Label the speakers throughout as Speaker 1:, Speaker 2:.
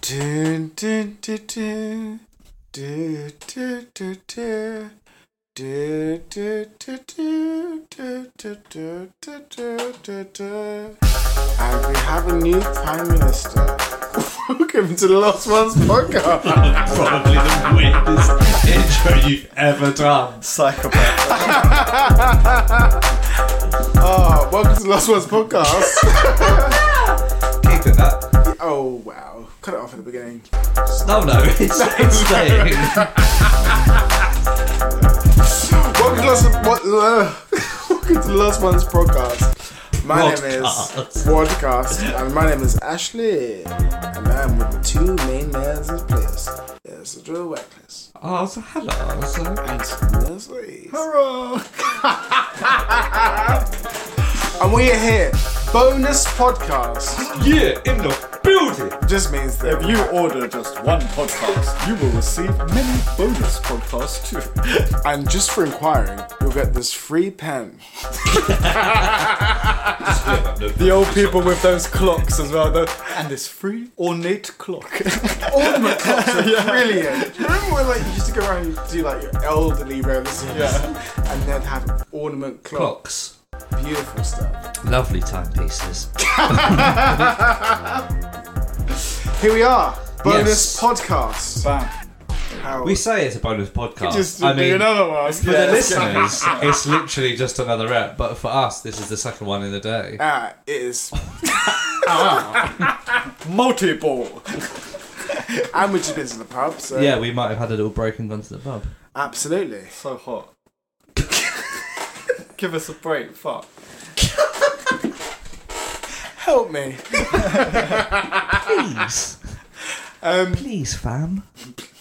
Speaker 1: Do, do, do, do. Do, do, do, do. Do, do, do, do. Do, do, do, do, do, do, do. And we have a new Prime Minister. Welcome to the Lost Ones podcast.
Speaker 2: Probably the weirdest intro you've ever done.
Speaker 3: Psychopath.
Speaker 1: Oh, welcome to the Lost Ones podcast.
Speaker 2: Keep it up.
Speaker 1: oh, wow. Cut it off at the beginning.
Speaker 2: No, no, it's, it's staying.
Speaker 1: Welcome to Lost, what, uh, welcome to the Lost Ones podcast. My name is
Speaker 2: Podcast.
Speaker 1: Podcast, and my name is Ashley, and I'm with the two main mans in place. There's the drill wackless
Speaker 2: Oh, so hello. So,
Speaker 1: and there's Reese. and we're here, bonus podcast.
Speaker 2: yeah, in the building.
Speaker 1: Just means that
Speaker 3: If you order just one podcast, you will receive many bonus podcasts too.
Speaker 1: and just for inquiring, you'll get this free pen.
Speaker 3: The old people with those clocks as well, though. And this free ornate clock.
Speaker 1: Ornament clocks are brilliant. Do you remember when like you used to go around and do like your elderly relatives, and then have ornament clocks,
Speaker 2: Clocks.
Speaker 1: beautiful stuff.
Speaker 2: Lovely timepieces.
Speaker 1: Here we are, bonus
Speaker 2: Yes.
Speaker 1: podcast.
Speaker 3: Bam.
Speaker 1: How
Speaker 2: We say it's a bonus podcast.
Speaker 1: just
Speaker 2: Oh. I
Speaker 1: do
Speaker 2: mean,
Speaker 1: another one.
Speaker 2: for the listeners, it's literally just another rep. But for us, this is the second one in the day.
Speaker 1: Ah, it is,
Speaker 3: Multi-ball.
Speaker 1: and we've just been to the pub, so
Speaker 2: Yeah, we might have had a little break and gone to the pub.
Speaker 1: absolutely.
Speaker 3: So hot. Give us a break, fuck.
Speaker 1: Help me.
Speaker 2: Please,
Speaker 1: Um,
Speaker 2: please, fam.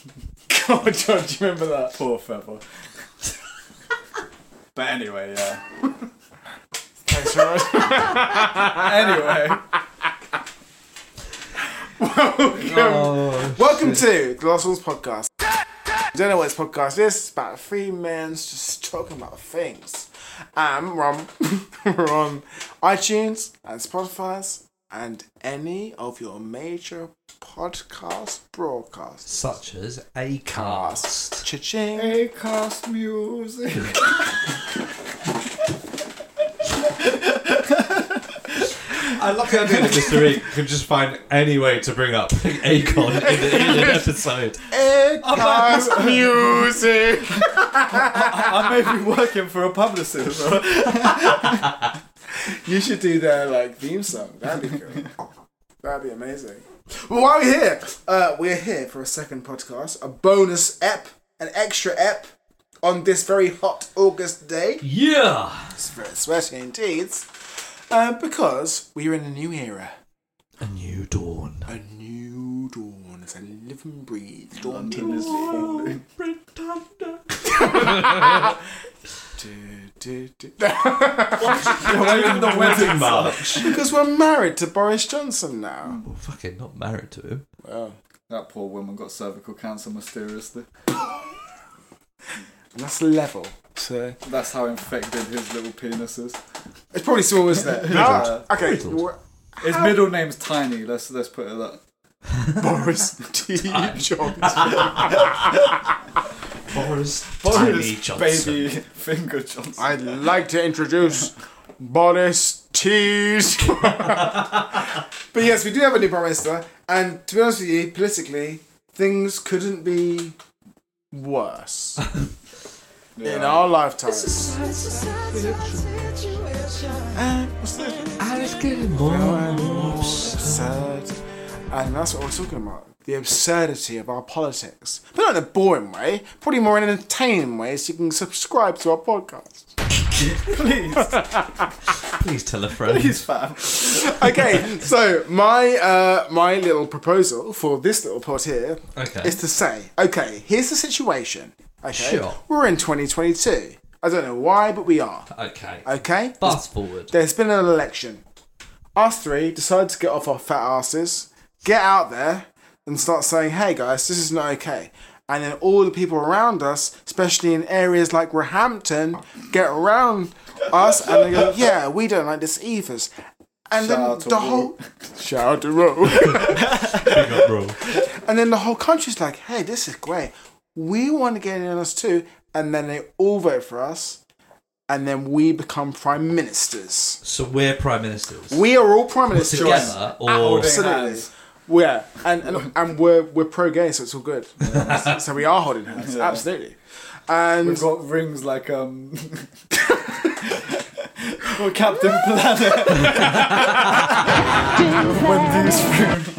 Speaker 3: God, John, do you remember that? Poor feather. but anyway, yeah.
Speaker 1: thanks very much.
Speaker 3: Anyway.
Speaker 2: Oh,
Speaker 1: Welcome to the Lost Ones podcast. You don't know what this podcast is? It's about three men just talking about things. Um, we're on, we're on iTunes and Spotify's and any of your major podcast broadcasts.
Speaker 2: such as a cast.
Speaker 1: Cha-ching.
Speaker 3: Acast music.
Speaker 2: I love the idea that Mr. E could just find any way to bring up Akon in, the, in an episode.
Speaker 1: Podcast music.
Speaker 3: I may be working for a publicist.
Speaker 1: You should do their like theme song. That'd be cool. That'd be amazing. Well, why are we here? Uh, we're here for a second podcast, a bonus ep, an extra ep on this very hot August day.
Speaker 2: Yeah!
Speaker 1: It's very sweaty indeed. Uh, because we are in a new era,
Speaker 2: A new dawn.
Speaker 1: a new dawn. It's a live and breathe. Dawn
Speaker 3: London is falling.
Speaker 2: Away from the wedding march.
Speaker 1: Because we're married to Boris Johnson now.
Speaker 2: Well, fucking Oh, not married to him.
Speaker 3: That poor woman got cervical cancer mysteriously.
Speaker 1: And that's level. So
Speaker 3: That's how infected his little penis is.
Speaker 1: it's probably small, isn't it?
Speaker 3: Yeah.
Speaker 1: Okay.
Speaker 2: Riddled.
Speaker 1: we're-
Speaker 3: His middle name's Tiny. Let's let's put it that.
Speaker 1: Boris T. Johnson.
Speaker 2: Boris,
Speaker 3: Boris
Speaker 2: Tiny Johnson.
Speaker 3: Baby Finger Johnson.
Speaker 1: I'd like to introduce Boris Cheese. but yes, we do have a new prime minister, and to be honest with you, politically, things couldn't be worse in our lifetimes. And what's the absurd. And that's what we're talking about. The absurdity of our politics. But not in a boring way, probably more in an entertaining way, so you can subscribe to our podcast.
Speaker 2: Please tell a friend.
Speaker 3: Please, fam.
Speaker 1: Okay, so my uh, my little proposal for this little pod here is
Speaker 2: Okay.
Speaker 1: to say, okay, here's the situation. Okay.
Speaker 2: Sure.
Speaker 1: We're in 2022. I don't know why, but we are.
Speaker 2: Okay.
Speaker 1: Okay?
Speaker 2: Fast forward.
Speaker 1: There's been an election. Us three decided to get off our fat asses, get out there, and start saying, hey guys, this is not okay. And then all the people around us, especially in areas like Roehampton, get around us and they go, yeah, we don't like this either. And
Speaker 3: Shout out to
Speaker 1: then the
Speaker 3: Ro.
Speaker 1: whole. Shout out to Ro.
Speaker 2: Big up, bro.
Speaker 1: and then the whole country's like, hey, this is great. We want to get in on us too. And then they all vote for us. And then we become prime ministers.
Speaker 2: So we're prime ministers.
Speaker 1: We are all prime ministers.
Speaker 2: together or
Speaker 1: Absolutely. Yeah, and, and and we're we're pro gay, so it's all good. so we are holding hands, absolutely. And
Speaker 3: We've got rings like um. or Captain Planet.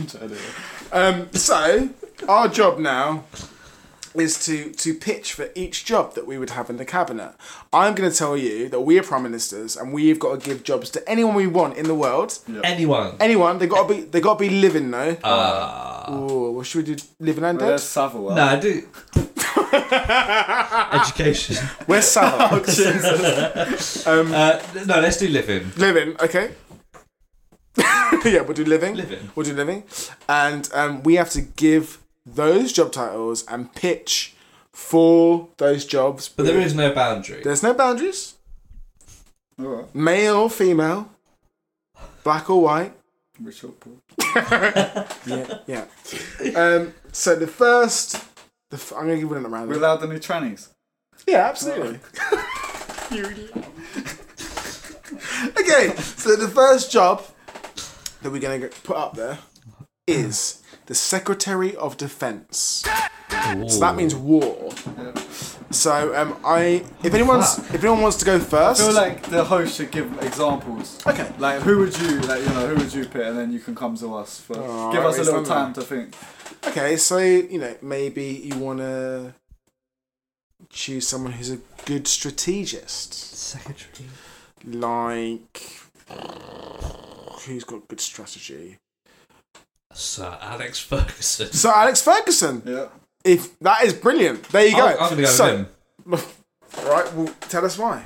Speaker 3: Wendy's room.
Speaker 1: so our job now is to to pitch for each job that we would have in the cabinet. I'm going to tell you that we are prime ministers, and we've got to give jobs to anyone we want in the world.
Speaker 2: Anyone.
Speaker 1: Anyone, they got to be they got to be living though.
Speaker 2: Uh.
Speaker 1: Ooh, what should we do? Living and dead.
Speaker 3: There's Savoy.
Speaker 2: No, I do. Education.
Speaker 1: Where's Sarah?
Speaker 2: Uh, no, let's do living.
Speaker 1: Living, okay. yeah, we'll do living.
Speaker 2: Living.
Speaker 1: We'll do living. And um, we have to give those job titles and pitch for those jobs.
Speaker 2: But there is no boundary.
Speaker 1: There's no boundaries.
Speaker 3: Alright.
Speaker 1: Male or female. Black or white.
Speaker 3: Richard Paul.
Speaker 1: Yeah, yeah. Um, so the first... The f- I'm going to give it another round.
Speaker 3: We allowed the new trannies.
Speaker 1: Yeah, absolutely. okay, so the first job that we're going to put up there is the Secretary of Defense. So that means war. So um, I, if anyone's,
Speaker 2: Fuck.
Speaker 1: if anyone wants to go
Speaker 3: I feel
Speaker 1: first,
Speaker 3: like the host should give examples.
Speaker 1: Okay.
Speaker 3: Like who would you like you know who would you pick and then you can come to us for give us a
Speaker 1: it's
Speaker 3: little
Speaker 1: done
Speaker 3: time to think.
Speaker 1: okay, so you know maybe you want to choose someone who's a good strategist,
Speaker 2: Secretary.
Speaker 1: like who's got good strategy.
Speaker 2: Sir Alex Ferguson.
Speaker 1: So Alex Ferguson.
Speaker 3: Yeah.
Speaker 1: If that is brilliant, there you go.
Speaker 2: I'm, I'm gonna go
Speaker 1: so,
Speaker 2: with him
Speaker 1: Right, well, tell us why.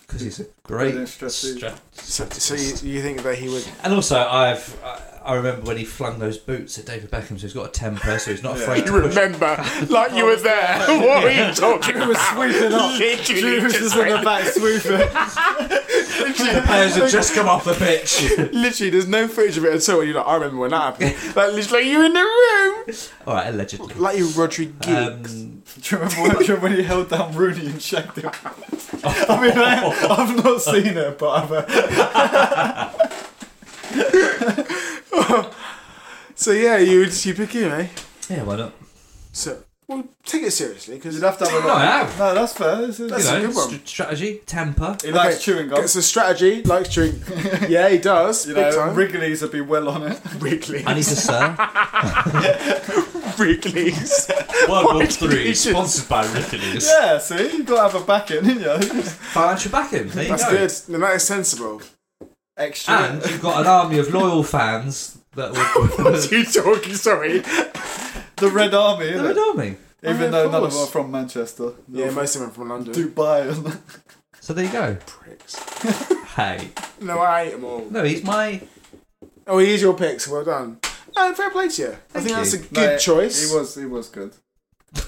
Speaker 2: because he's a great
Speaker 3: Brilliant strategy.
Speaker 2: stra-
Speaker 1: So, so you, you think that he would?
Speaker 2: And also, I've I, I remember when he flung those boots at David Beckham, so he's got a temper, so he's not afraid. to push.
Speaker 1: Remember, like you were there. What are you talking
Speaker 3: He was sweeping up.
Speaker 1: Literally
Speaker 3: Jules
Speaker 1: just
Speaker 3: is in the back sweeping.
Speaker 2: The players had just come off the pitch.
Speaker 1: Literally, there's no footage of it at all. And you're like, I remember when that happened. Like, literally, you were in the room.
Speaker 2: All right, allegedly.
Speaker 1: Like you, Rodriguez.
Speaker 2: Um,
Speaker 3: Do you remember when- do you remember when he held down Rooney and shagged him? I mean, I, I've not seen it, but I've. Uh,
Speaker 1: so yeah, you would you pick him, eh?
Speaker 2: yeah, why not?
Speaker 1: So, well, take it seriously because
Speaker 3: you'd have to have a
Speaker 2: No, I
Speaker 3: look.
Speaker 2: have.
Speaker 3: No, that's fair. This is,
Speaker 1: That's
Speaker 2: you know,
Speaker 1: a good one.
Speaker 2: str- strategy, temper.
Speaker 3: he likes chewing gum.
Speaker 1: It's a strategy. Likes chewing. yeah, he does.
Speaker 3: You
Speaker 1: big
Speaker 3: know,
Speaker 1: time.
Speaker 3: Wrigley's would be well on it.
Speaker 1: Wrigley.
Speaker 2: I need to sir.
Speaker 1: Wrigley's.
Speaker 2: World War Three,
Speaker 1: Politicians.
Speaker 2: sponsored by Ripley's.
Speaker 3: Yeah, see, you've got to have a backing, you know.
Speaker 2: Financial backing. There you
Speaker 1: That's
Speaker 2: go.
Speaker 1: good. No, that is sensible.
Speaker 3: Extra.
Speaker 2: And you've got an army of loyal fans that
Speaker 1: What's
Speaker 2: will.
Speaker 1: you talking? Sorry.
Speaker 3: the Red Army,
Speaker 2: The
Speaker 3: innit?
Speaker 2: Red Army.
Speaker 3: even
Speaker 1: of
Speaker 3: though none of
Speaker 1: course.
Speaker 3: them are from Manchester. They're
Speaker 1: Yeah,
Speaker 3: all
Speaker 1: most of them are from London.
Speaker 3: from Dubai. And
Speaker 2: So there you go. Hey.
Speaker 1: No, I hate them all.
Speaker 2: No, he's my.
Speaker 1: Oh, he is your pick, so well done. No, fair play to you. I think
Speaker 2: you.
Speaker 1: that's a good
Speaker 3: No,
Speaker 1: choice.
Speaker 3: He was, he was good.
Speaker 2: No,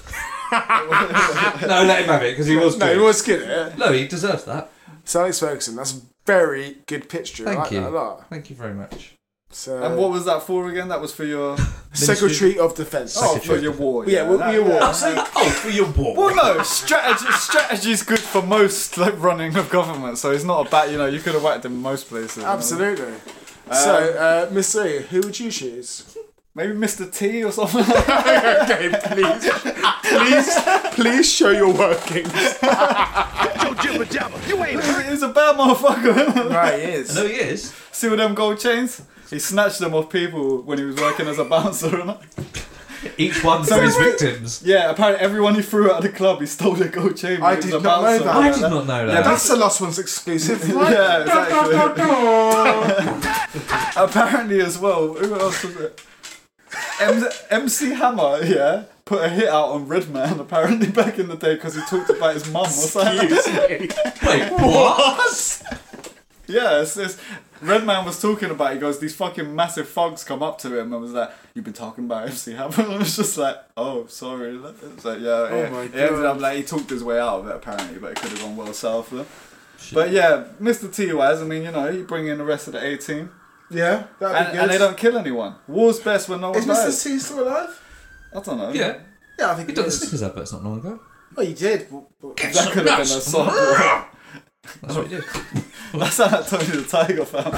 Speaker 2: let him have it because he was.
Speaker 1: no,
Speaker 2: good.
Speaker 1: he was good. eh? Yeah.
Speaker 2: No, he deserves that.
Speaker 1: So Alex Ferguson, that's a very good pitch, Drew. I
Speaker 2: Thank
Speaker 1: like
Speaker 2: you.
Speaker 1: that a lot.
Speaker 2: Thank you very much.
Speaker 1: So
Speaker 3: And what was that for again? That was for your.
Speaker 1: Secretary of Defense.
Speaker 3: Oh, for your war.
Speaker 1: Yeah, well,
Speaker 3: that-
Speaker 1: your war.
Speaker 2: Oh, for your war.
Speaker 3: Well, no, strategy strategy's good for most like running of government, so it's not a bad. You know, you could have whacked him in most places.
Speaker 1: Absolutely. so, uh, Miss C, who would you choose?
Speaker 3: Maybe Mr. T or something.
Speaker 1: okay, please, please, please show your workings.
Speaker 3: He's a bad motherfucker.
Speaker 1: Right, he is.
Speaker 2: No, he is.
Speaker 3: See with them gold chains? He snatched them off people when he was working as a bouncer. And
Speaker 2: Each one for his victims.
Speaker 3: yeah, apparently everyone he threw out of the club, he stole their gold chain. when
Speaker 1: I
Speaker 3: he was
Speaker 1: did
Speaker 3: a
Speaker 1: not know
Speaker 3: bouncer.
Speaker 1: that.
Speaker 2: I did not know that.
Speaker 1: That's the last one's exclusive. Right?
Speaker 3: Yeah, Apparently, as well. Who else was it? M- MC Hammer, yeah, put a hit out on Redman apparently back in the day because he talked about his mum or something.
Speaker 2: Wait, what?
Speaker 3: Yeah, it's this. Redman was talking about. He goes, these fucking massive thugs come up to him and was like, "You've been talking about MC Hammer." And I was just like, "Oh, sorry." It's like, yeah, yeah.
Speaker 1: Oh my
Speaker 3: He ended up
Speaker 1: God.
Speaker 3: like he talked his way out of it apparently, but it could have gone well south. of it. But yeah, Mr. T wise, I mean, you know, you bring in the rest of the A team,
Speaker 1: yeah, that'd be
Speaker 3: and,
Speaker 1: good.
Speaker 3: and they don't kill anyone. War's best when no one
Speaker 1: is Mr.
Speaker 3: dies.
Speaker 1: C still alive?
Speaker 3: I don't know.
Speaker 2: Yeah.
Speaker 1: Yeah, I think
Speaker 2: He
Speaker 1: he
Speaker 2: done the
Speaker 1: is.
Speaker 2: Snickers adverts not long ago.
Speaker 1: Well, he did. but- but-
Speaker 3: that could have been a song.
Speaker 2: That's what he did.
Speaker 3: That's how Tony the Tiger found. I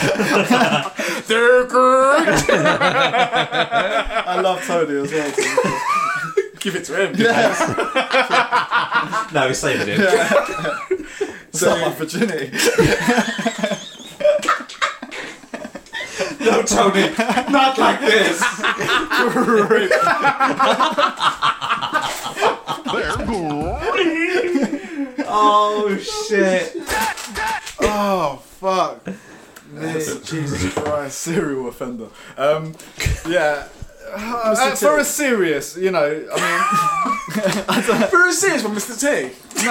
Speaker 3: love Tony as well. too.
Speaker 1: Give it to him.
Speaker 2: No, he's saving it.
Speaker 3: It's not my virginity.
Speaker 2: No, Tony, not like this. oh shit!
Speaker 1: Oh fuck. Me,
Speaker 3: Jesus Christ, serial offender. Um,
Speaker 1: Mr.
Speaker 3: yeah. Uh, for a serious, you know, I mean,
Speaker 1: For a serious one, Mr. T.
Speaker 2: So,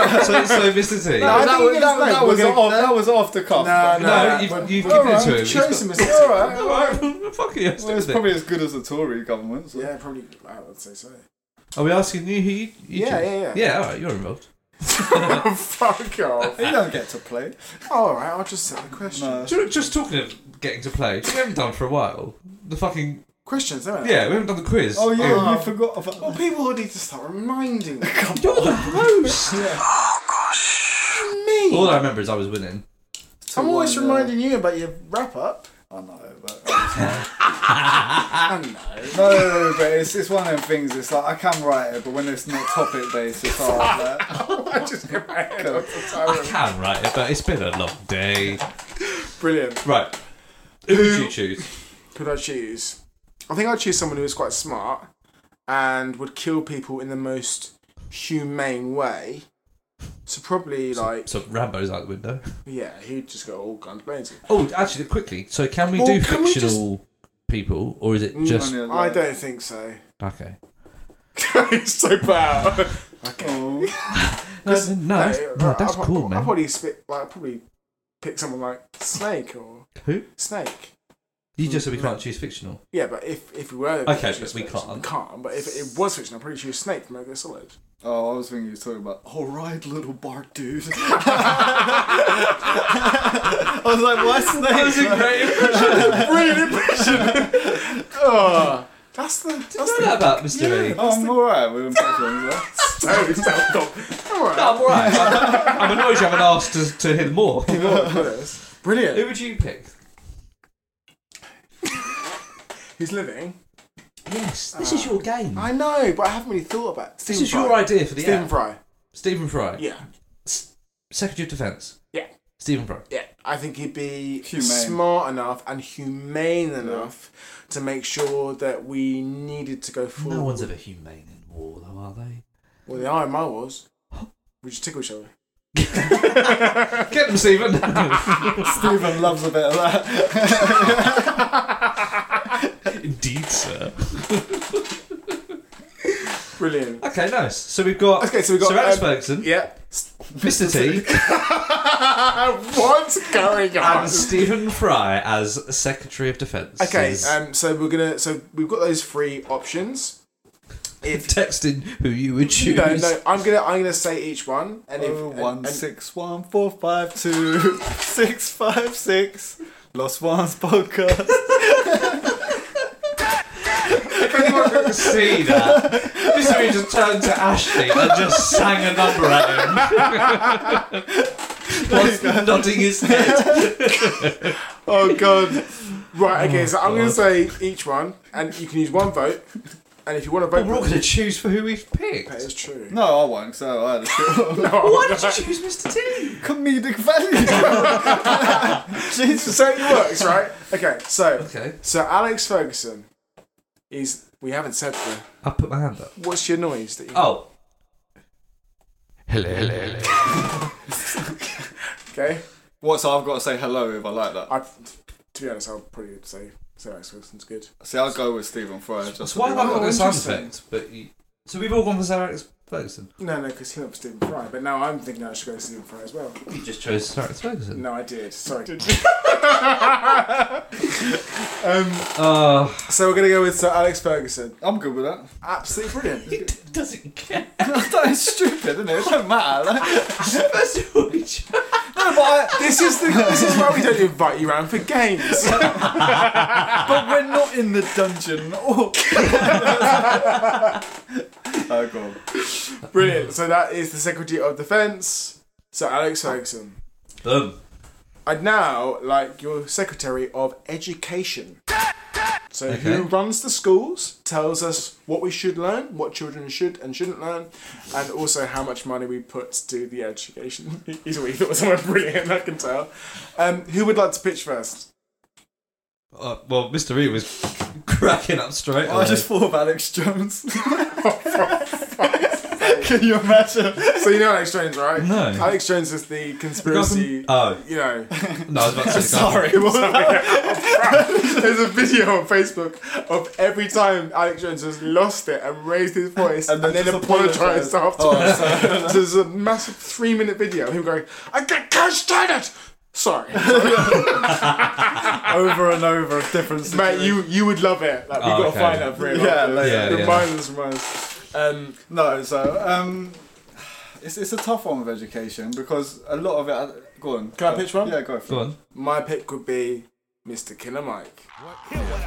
Speaker 2: so
Speaker 1: I
Speaker 2: Mr. T.
Speaker 3: that
Speaker 1: think
Speaker 3: was,
Speaker 1: it is
Speaker 3: that,
Speaker 1: like
Speaker 3: that, was
Speaker 1: we're gonna-
Speaker 3: off, that was off the cuff.
Speaker 1: No, no,
Speaker 2: Oh, no,
Speaker 1: no,
Speaker 2: you've,
Speaker 1: but-
Speaker 2: you've
Speaker 1: but
Speaker 2: given it
Speaker 1: alright,
Speaker 2: to him.
Speaker 1: you've
Speaker 2: He's
Speaker 1: chosen
Speaker 2: got-
Speaker 1: Mr. T.
Speaker 3: All right.
Speaker 2: All right, Oh, fuck it. I'll stick
Speaker 3: Well, it's
Speaker 2: with it.
Speaker 3: probably as good as the Tory government. So.
Speaker 1: Yeah, probably. I would say so.
Speaker 2: Are we asking you who you? you
Speaker 1: Yeah,
Speaker 2: choose?
Speaker 1: yeah, yeah.
Speaker 2: Yeah, all right, you're involved.
Speaker 1: Fuck off.
Speaker 3: You don't get to play.
Speaker 1: All right, I'll just set the question.
Speaker 3: No.
Speaker 2: Do you know, just talking of getting to play, we haven't done for a while. The fucking
Speaker 1: Questions, don't we?
Speaker 2: yeah, we haven't done the quiz.
Speaker 3: Oh yeah,
Speaker 1: Oh.
Speaker 3: we forgot about
Speaker 1: Well, people need to start reminding me.
Speaker 2: you're the host. Oh,
Speaker 1: me.
Speaker 2: All I remember is I was winning.
Speaker 1: I'm always
Speaker 3: one, uh,
Speaker 1: reminding you about your wrap up.
Speaker 3: I know, but no,
Speaker 1: I know.
Speaker 3: no, but it's, it's one of them things. It's like I can write it, but when it's not topic based, it's hard. Like,
Speaker 1: I just get my head off the
Speaker 2: I
Speaker 1: tyrant.
Speaker 2: can write it, but it's been a long day.
Speaker 1: Brilliant.
Speaker 2: Right. Who would you choose?
Speaker 1: Could I choose? I think I'd choose someone who is quite smart and would kill people in the most humane way. So probably like
Speaker 2: So Rambo's out the window.
Speaker 1: yeah, he'd just go all guns blazing.
Speaker 2: Oh, actually, quickly. So can we
Speaker 1: Well,
Speaker 2: do
Speaker 1: can we just-
Speaker 2: fictional people, or is it just
Speaker 3: only a
Speaker 1: I
Speaker 3: lot.
Speaker 1: don't think so.
Speaker 2: okay?
Speaker 1: it's so bad. okay.
Speaker 3: Oh,
Speaker 2: No, no, no,
Speaker 1: Hey,
Speaker 2: no,
Speaker 1: I'll
Speaker 2: that's
Speaker 1: pro-
Speaker 2: cool, man.
Speaker 1: I'll probably spit, like I'll probably pick someone like Snake or
Speaker 2: Who?
Speaker 1: Snake.
Speaker 2: You just said we can't choose fictional.
Speaker 1: Yeah, but if if we were
Speaker 2: Okay,
Speaker 1: to choose
Speaker 2: but we
Speaker 1: fiction-
Speaker 2: can't.
Speaker 1: we can't. But if it was fiction, I'd probably choose Snake from Metal Gear Solid.
Speaker 3: Oh, I was thinking you were talking about. All right, little bark dude. I was like, what's that?
Speaker 2: great impression.
Speaker 1: Oh, that's the that's
Speaker 2: What's that about, Mr. E?
Speaker 3: Oh, I'm alright with impressions. yeah.
Speaker 1: so self All right,
Speaker 2: I'm alright. I'm, I'm annoyed you haven't asked to, to hear more. Who
Speaker 1: brilliant.
Speaker 2: would you pick?
Speaker 1: He's living.
Speaker 2: Yes, this
Speaker 1: Uh,
Speaker 2: is your game.
Speaker 1: I know, but I haven't really thought about it.
Speaker 2: this
Speaker 1: Stephen
Speaker 2: is your
Speaker 1: Fry.
Speaker 2: idea for the
Speaker 1: Stephen
Speaker 2: app.
Speaker 1: Fry.
Speaker 2: Stephen Fry.
Speaker 1: Yeah,
Speaker 2: Secretary of Defence.
Speaker 1: yeah,
Speaker 2: Stephen Fry.
Speaker 1: yeah. I think he'd be
Speaker 3: Humane.
Speaker 1: smart enough and humane enough to make sure that we needed to go forward.
Speaker 2: No one's ever humane in war, though, are they?
Speaker 1: Well, the Iron Man was. We just tickle each other.
Speaker 2: Get them, Stephen.
Speaker 3: Stephen loves a bit of that.
Speaker 2: Indeed, sir.
Speaker 1: Brilliant.
Speaker 2: Okay, nice. So we've got.
Speaker 1: Okay, so we got
Speaker 2: Sir Alex
Speaker 1: um,
Speaker 2: Ferguson,
Speaker 1: Yeah.
Speaker 2: Mr. T,
Speaker 1: What's going on?
Speaker 2: and Stephen Fry as Secretary of Defence.
Speaker 1: Okay, um, so we're gonna. So we've got those three options. If
Speaker 2: texting who you would choose.
Speaker 1: no, no, I'm gonna I'm gonna say each one, and if
Speaker 3: Oh, one
Speaker 1: and-
Speaker 3: six one four five two six five six. Lost ones podcast.
Speaker 2: Anyone can see that. This man just turned to Ashley and just sang a number at him. Whilst nodding his head.
Speaker 1: Oh god. Right,
Speaker 2: Oh,
Speaker 1: okay, so I'm gonna say each one, and you can use one vote. And if you want to vote,
Speaker 2: We're all going to choose for who we've
Speaker 1: that
Speaker 2: picked.
Speaker 1: is true.
Speaker 3: No, I won't, so I had a shit.
Speaker 2: Why did you choose Mr. T?
Speaker 3: Comedic value. Jesus.
Speaker 1: So it works, right? Okay, so
Speaker 2: Okay.
Speaker 1: so Alex Ferguson is we haven't said the
Speaker 2: I put my hand up.
Speaker 1: what's your noise that you
Speaker 2: Oh.
Speaker 1: okay?
Speaker 3: What, so I've got to say hello if I like that?
Speaker 1: I to be honest, I'll probably say say Alex Ferguson's good.
Speaker 3: See, I'll go with Stephen Fry. Just
Speaker 2: So why have I got
Speaker 1: Oh,
Speaker 2: a sound
Speaker 1: interesting.
Speaker 2: effect? But you... So we've all gone for Sir Alex Ferguson.
Speaker 1: No, no, because he went for Stephen Fry, but now I'm thinking I should go with Stephen Fry as well.
Speaker 2: You just chose Sir Alex Ferguson.
Speaker 1: No, I did. Sorry.
Speaker 2: Uh,
Speaker 1: So we're gonna go with Sir Alex Ferguson.
Speaker 3: I'm good with that.
Speaker 1: Absolutely brilliant.
Speaker 2: it doesn't care.
Speaker 3: that is stupid, isn't it? It don't matter. like-
Speaker 2: First of all, we chose...
Speaker 3: no, but, I,
Speaker 1: This is the this is why we don't invite you round for games.
Speaker 3: but we're not in the dungeon. Oh, oh God.
Speaker 1: Brilliant. So that is the Secretary of Defence, Sir Alex Ferguson.
Speaker 2: Boom.
Speaker 1: I'd now like your Secretary of Education. So
Speaker 2: Okay.
Speaker 1: who runs the schools, tells us what we should learn, what children should and shouldn't learn, and also how much money we put to the education. He's what you thought was someone brilliant, I can tell. Um, who would like to pitch first?
Speaker 2: Uh, well, Mr. E was cracking up straight away.
Speaker 3: I just thought of Alex Jones. Can you imagine?
Speaker 1: So you know Alex Jones, right?
Speaker 2: No.
Speaker 1: Alex Jones is the conspiracy.
Speaker 2: Oh.
Speaker 1: You know.
Speaker 2: No, I was about to say
Speaker 3: Sorry.
Speaker 1: There's a video on Facebook of every time Alex Jones has lost it and raised his voice and
Speaker 3: And
Speaker 1: then,
Speaker 3: then just
Speaker 1: apologised
Speaker 3: apologised.
Speaker 1: afterwards.
Speaker 3: Oh,
Speaker 1: So There's a massive three minute video of him going, I can't stand it! Sorry.
Speaker 3: over and over, different
Speaker 1: Mate,
Speaker 3: situation.
Speaker 1: you, you would love it. Like, we've
Speaker 2: Oh,
Speaker 1: got to
Speaker 2: okay.
Speaker 1: find that for him.
Speaker 3: Yeah,
Speaker 1: afterwards.
Speaker 3: later.
Speaker 2: Yeah,
Speaker 1: Remind us, remind us. Um,
Speaker 3: No, so um, it's it's a tough one with education because a lot of it. uh, Go on.
Speaker 1: Can I pitch one?
Speaker 3: Yeah, go for
Speaker 2: Go
Speaker 3: it.
Speaker 2: on.
Speaker 1: my pick would be Mr. Killer Mike.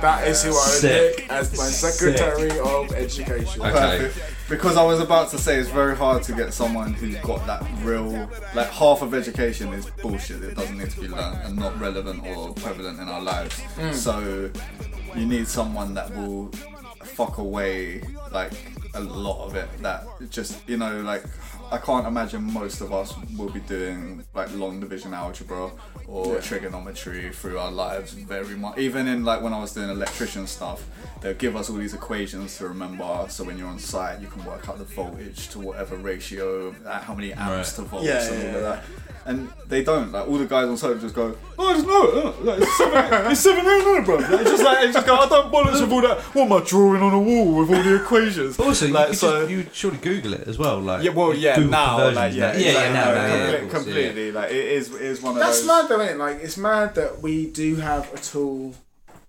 Speaker 1: That is who I would
Speaker 2: Sick.
Speaker 1: pick as my Secretary of Education.
Speaker 2: Okay.
Speaker 3: Because I was about to say it's very hard to get someone who's got that real, like half of education is bullshit. It doesn't need to be learned and not relevant or prevalent in our lives. So you need someone that will fuck away like a lot of it. That just you know like I can't imagine most of us will be doing like long division algebra or trigonometry through our lives very much. Even in like when I was doing electrician stuff, they'll give us all these equations to remember. So when you're on site, you can work out the voltage to whatever ratio, uh, how many amps
Speaker 2: Right.
Speaker 3: to volts,
Speaker 1: Yeah,
Speaker 3: and
Speaker 1: yeah,
Speaker 3: all of
Speaker 1: yeah.
Speaker 3: that. And they don't. Like all the guys on site just go, oh, I just know. it, uh, like, it's seven, it's seven eight nine, bro. Like, just like they just go, I don't bollocks with all that. What am I drawing on a wall with all the equations?
Speaker 2: But also,
Speaker 3: Like,
Speaker 2: you, could
Speaker 3: so-
Speaker 2: just, you would surely Google it as well. Like,
Speaker 3: yeah, well, yeah,
Speaker 2: Google
Speaker 3: now,
Speaker 2: conversions
Speaker 3: like, yeah,
Speaker 2: now. yeah, yeah,
Speaker 3: exactly.
Speaker 2: now, now, yeah,
Speaker 3: Comple-
Speaker 2: of course, yeah.
Speaker 3: completely. Like, it is, it is one of
Speaker 1: That's
Speaker 3: those.
Speaker 1: mad though, isn't it? Like it's mad that we do have a tool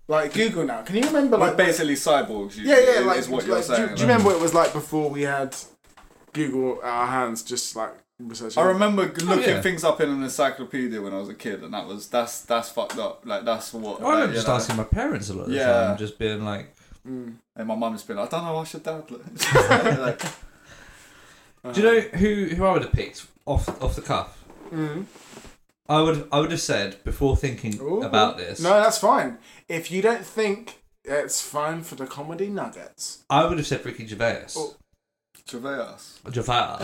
Speaker 1: like Google now. Can you remember
Speaker 3: We're
Speaker 1: like
Speaker 3: basically cyborgs. You,
Speaker 1: Yeah, yeah,
Speaker 3: is
Speaker 1: like,
Speaker 3: what
Speaker 1: like,
Speaker 3: you're
Speaker 1: do,
Speaker 3: saying.
Speaker 1: do you remember what it was like before we had Google at our hands just like researching?
Speaker 3: I remember g- looking
Speaker 2: Oh, yeah.
Speaker 3: things up in an encyclopedia when I was a kid, and that was that's that's fucked up. Like that's what.
Speaker 2: I
Speaker 3: like,
Speaker 2: remember
Speaker 3: you
Speaker 2: just
Speaker 3: know.
Speaker 2: asking my parents a lot of the
Speaker 3: Yeah.
Speaker 2: time, just being like,
Speaker 3: And my mum's been like, I don't know, ask your dad. Like, like,
Speaker 2: "Do you
Speaker 3: Uh-huh.
Speaker 2: know who who I would have picked off off the cuff?"
Speaker 3: Mm-hmm.
Speaker 1: Mm.
Speaker 2: I would I would have said before thinking
Speaker 1: Ooh.
Speaker 2: about this.
Speaker 1: No, that's fine. If you don't think it's fine for the comedy nuggets,
Speaker 2: I would have said Ricky Gervais.
Speaker 1: Oh.
Speaker 3: Gervais.
Speaker 2: Or Gervais.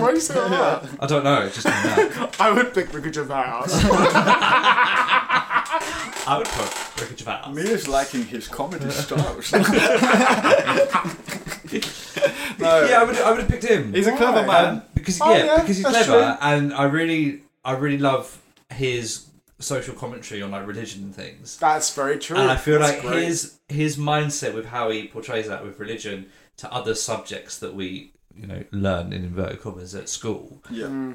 Speaker 1: why you say that?
Speaker 2: I don't know. It's just came out.
Speaker 1: I would pick Ricky Gervais.
Speaker 2: I would put Ricky Gervais.
Speaker 3: Me is liking his comedy styles. no,
Speaker 2: Yeah, I would I would have picked him.
Speaker 3: he's a clever
Speaker 1: Why?
Speaker 3: man.
Speaker 2: because
Speaker 1: Oh,
Speaker 2: yeah,
Speaker 1: yeah,
Speaker 2: because he's
Speaker 1: that's
Speaker 2: clever, and I really, I really love his social commentary on like religion and things.
Speaker 1: That's very true.
Speaker 2: And I feel
Speaker 1: That's
Speaker 2: like
Speaker 1: great.
Speaker 2: his his mindset with how he portrays that with religion to other subjects that we you know learn in inverted commas at school.
Speaker 3: Yeah.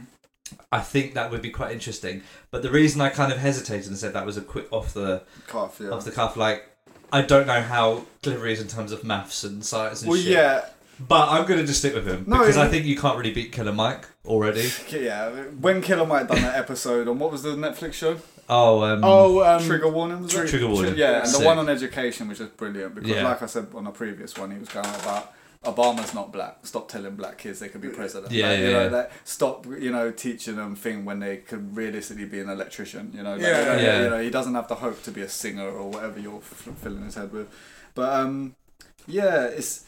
Speaker 2: I think that would be quite interesting. But the reason I kind of hesitated and said that was a quick off the
Speaker 3: Calf, yeah.
Speaker 2: off the cuff, like I don't know how clever he is in terms of maths and science and
Speaker 3: well,
Speaker 2: shit.
Speaker 3: yeah.
Speaker 2: But I'm gonna just stick with him
Speaker 3: No,
Speaker 2: because I
Speaker 3: he-
Speaker 2: think you can't really beat Killer Mike already.
Speaker 3: Yeah, when Killer Mike done that episode on what was the Netflix show?
Speaker 2: Oh, um,
Speaker 1: Oh, um,
Speaker 3: Trigger warning was it?
Speaker 2: Trigger warning.
Speaker 3: Yeah, and the
Speaker 2: Sick.
Speaker 3: one on education was just brilliant because,
Speaker 2: Yeah.
Speaker 3: like I said on a previous one, he was going about Obama's not black. Stop telling black kids they could be president.
Speaker 2: Yeah,
Speaker 3: Like, you
Speaker 2: yeah,
Speaker 3: know,
Speaker 2: yeah.
Speaker 3: like, stop, you know, teaching them thing when they could realistically be an electrician. You know, like,
Speaker 1: Yeah.
Speaker 3: you know,
Speaker 2: Yeah.
Speaker 3: you know, he doesn't have the hope to be a singer or whatever you're f- filling his head with. But um, yeah, it's.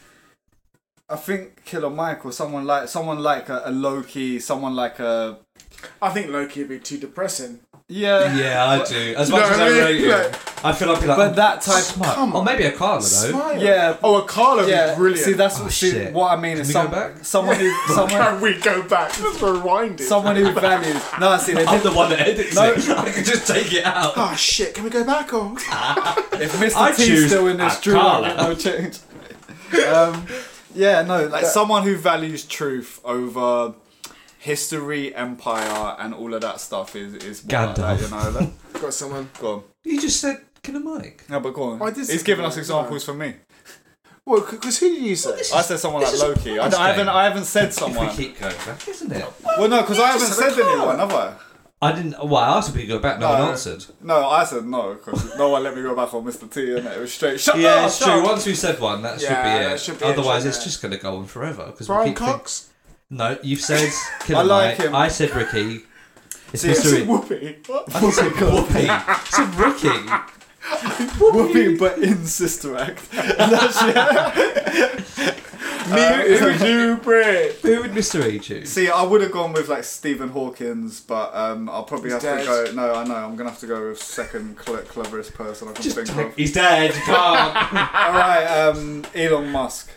Speaker 3: I think Killer Mike or someone like someone like a, a Loki, someone like a
Speaker 1: I think Loki would be too depressing.
Speaker 3: yeah
Speaker 2: yeah, I do. As much
Speaker 1: know
Speaker 2: as
Speaker 1: what
Speaker 2: I
Speaker 1: I mean?
Speaker 2: rate you,
Speaker 1: Like-
Speaker 2: I feel like, like
Speaker 3: But that type-
Speaker 2: smart.
Speaker 1: come
Speaker 2: or
Speaker 1: on.
Speaker 2: maybe a Carla though.
Speaker 1: Smile.
Speaker 3: Yeah.
Speaker 1: Oh, a Carla would be brilliant.
Speaker 3: See, that's
Speaker 2: Oh,
Speaker 3: see,
Speaker 2: shit.
Speaker 3: what I mean
Speaker 2: Can
Speaker 3: is
Speaker 2: we go
Speaker 3: some,
Speaker 2: back?
Speaker 3: someone who someone
Speaker 1: Can we go back? Let's rewind it.
Speaker 3: someone who values. No, see, they
Speaker 2: I'm
Speaker 3: did,
Speaker 2: the one that edits
Speaker 3: No.
Speaker 2: it. I can just take it out.
Speaker 1: Oh shit! Can we go back or?
Speaker 3: if
Speaker 2: I
Speaker 3: Mr. T's
Speaker 2: choose
Speaker 3: still in this,
Speaker 2: a
Speaker 3: Drew
Speaker 2: colour.
Speaker 3: will get no change. Um, yeah, no, like someone who values truth over history, empire, and all of that stuff is is what I-
Speaker 2: Gandalf.
Speaker 3: you know. Like,
Speaker 1: Got someone.
Speaker 3: go on.
Speaker 2: You just said Killer Mike.
Speaker 3: No, but go on.
Speaker 1: I did
Speaker 3: He's
Speaker 1: say-
Speaker 3: giving us examples for me.
Speaker 1: Well, because who did you say?
Speaker 3: I said someone like
Speaker 2: this is a
Speaker 3: Loki. I,
Speaker 2: podcast
Speaker 3: I haven't.
Speaker 2: game.
Speaker 3: I haven't said
Speaker 2: If we
Speaker 3: someone.
Speaker 2: keep going back, isn't it?
Speaker 3: Well, no, because I haven't
Speaker 1: just said
Speaker 3: said
Speaker 1: a colour.
Speaker 3: anyone, have I?
Speaker 2: I didn't. Well, I asked if we could go back. No,
Speaker 3: No.
Speaker 2: one answered.
Speaker 3: No, I said no because no one let me go back on Mr. T, and it was straight. Shut
Speaker 2: Yeah,
Speaker 3: up,
Speaker 2: it's
Speaker 3: shut
Speaker 2: true.
Speaker 3: up.
Speaker 2: Once we said one, that
Speaker 1: Oh, Yeah,
Speaker 2: should be it.
Speaker 1: that should be it,
Speaker 2: Otherwise,
Speaker 1: shouldn't
Speaker 2: it's
Speaker 1: it?
Speaker 2: just going to go on forever. Because we
Speaker 1: Brian
Speaker 2: keep think-
Speaker 1: Cox.
Speaker 2: no, you've said Killer
Speaker 3: I like
Speaker 2: Mike.
Speaker 3: him.
Speaker 2: I said Ricky. It's
Speaker 3: See,
Speaker 2: Mr. Whoopi.
Speaker 1: Whoopi. What?
Speaker 2: I said Whoopi. I said Ricky.
Speaker 3: Whoopi, but in Sister Act.
Speaker 1: New, new bread.
Speaker 2: Who would Mr. E choose?
Speaker 3: Uh, See, I would have gone with like Stephen Hawkins, but um, I'll probably
Speaker 1: He's
Speaker 3: have
Speaker 1: dead.
Speaker 3: to go. No, I know. I'm gonna have to go with second cl- cleverest person I can think of.
Speaker 2: He's dead. You can't.
Speaker 3: All right, um, Elon Musk,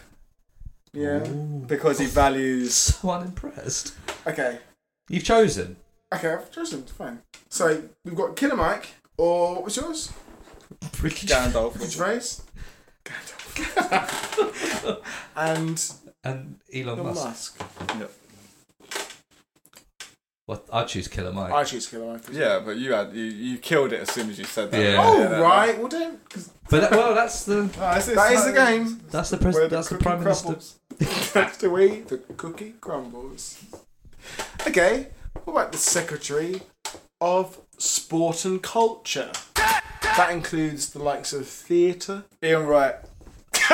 Speaker 1: Yeah.
Speaker 3: because he values.
Speaker 2: Someone impressed.
Speaker 1: Okay.
Speaker 2: You've chosen.
Speaker 1: Okay, I've chosen. Fine. So we've got Killer Mike, or what's yours?
Speaker 2: Ricky.
Speaker 3: Gandalf.
Speaker 1: Gervais. Gandalf. and
Speaker 2: and Elon
Speaker 1: Elon
Speaker 2: Musk.
Speaker 1: Musk.
Speaker 3: Yep.
Speaker 2: Well, I choose Killer Mike.
Speaker 1: I choose Killer Mike.
Speaker 3: Yeah, but you had you, you killed it as soon as you said that.
Speaker 2: Yeah.
Speaker 1: Oh
Speaker 3: that-
Speaker 1: right. Well, don't. 'cause
Speaker 2: But that, well, that's the
Speaker 3: No, it's- it's
Speaker 1: That is the
Speaker 3: not-
Speaker 1: game.
Speaker 2: that's the pres-
Speaker 3: where
Speaker 2: that's the
Speaker 3: cookie
Speaker 2: prime minister.
Speaker 3: crumbles.
Speaker 1: That's the way the cookie crumbles. Okay. What about the Secretary of Sport and Culture? That includes the likes of theatre,
Speaker 3: Ian Wright.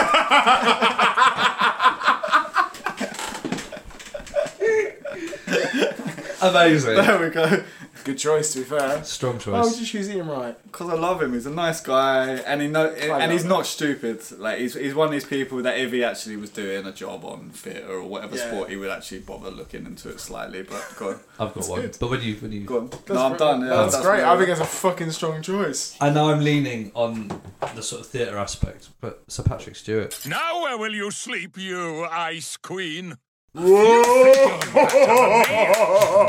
Speaker 2: Amazing.
Speaker 3: There we go.
Speaker 1: Good choice, to be fair.
Speaker 2: Strong
Speaker 3: Oh,
Speaker 1: Why would
Speaker 2: choice.
Speaker 1: you choose Ian Wright?
Speaker 3: Because I love him. He's a nice guy, and he know, and he's not stupid. Like he's, he's one of these people that if he actually was doing a job on theatre or whatever
Speaker 1: Yeah.
Speaker 3: sport, he would actually bother looking into it slightly. But go on,
Speaker 2: I've got one. But when you when you
Speaker 3: go on. no, I'm done. Yeah,
Speaker 1: that's, great.
Speaker 3: my-
Speaker 1: I think that's a fucking strong choice.
Speaker 2: I know I'm leaning on the sort of theatre aspect, but Sir Patrick Stewart.
Speaker 4: Now where will you sleep, you ice queen?
Speaker 3: Oh.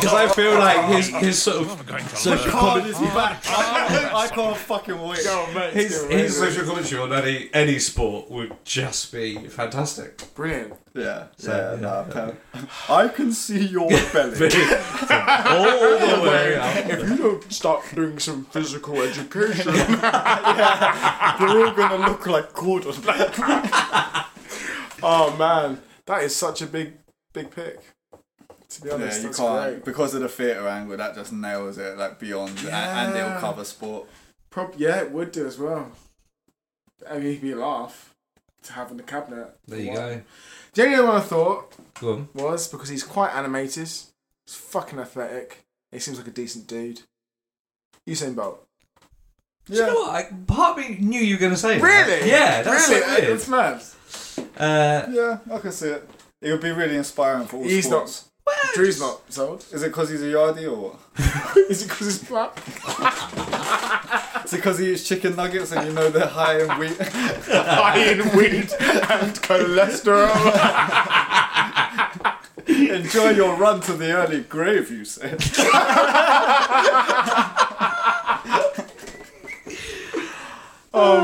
Speaker 2: Because I feel like his, his sort of
Speaker 4: going to
Speaker 2: social
Speaker 3: Card
Speaker 2: commentary,
Speaker 3: is back. I can't fucking wait.
Speaker 2: his, his social commentary on any any sport would just be fantastic.
Speaker 1: Brilliant.
Speaker 3: Yeah, yeah, nah, pal. I can see your belly.
Speaker 2: All the way up.
Speaker 1: If you don't start doing some physical education, you're all gonna look like Gordon. oh man, that is such a big, big pick. To be
Speaker 3: Yeah,
Speaker 1: honest,
Speaker 3: you
Speaker 1: that's
Speaker 3: can't
Speaker 1: great.
Speaker 3: because of the theatre angle. That just nails it like beyond, a- and,
Speaker 1: Yeah.
Speaker 3: it'll cover sport.
Speaker 1: Prob- yeah, it would do as well. I mean, it'd be a laugh to have in the cabinet.
Speaker 2: There you go.
Speaker 1: The only other one I thought
Speaker 2: Go on.
Speaker 1: was because he's quite animated, he's fucking athletic, he seems like a decent dude. Usain Bolt.
Speaker 2: Do you know what? I, part of me knew you were going to say that.
Speaker 1: Really?
Speaker 2: Yeah, that's
Speaker 1: really.
Speaker 2: so weird.
Speaker 1: It's mad.
Speaker 2: Uh,
Speaker 3: Yeah, I can see it. It would be really inspiring for all
Speaker 1: He's not-
Speaker 3: sports.
Speaker 1: Drew's not sold.
Speaker 3: Is it because he's a yardie or what?
Speaker 1: Is it because it's black?
Speaker 3: Is it because he eats chicken nuggets and you know they're high in wheat?
Speaker 1: High in wheat and cholesterol.
Speaker 3: Enjoy your run to the early grave, you said.
Speaker 1: Oh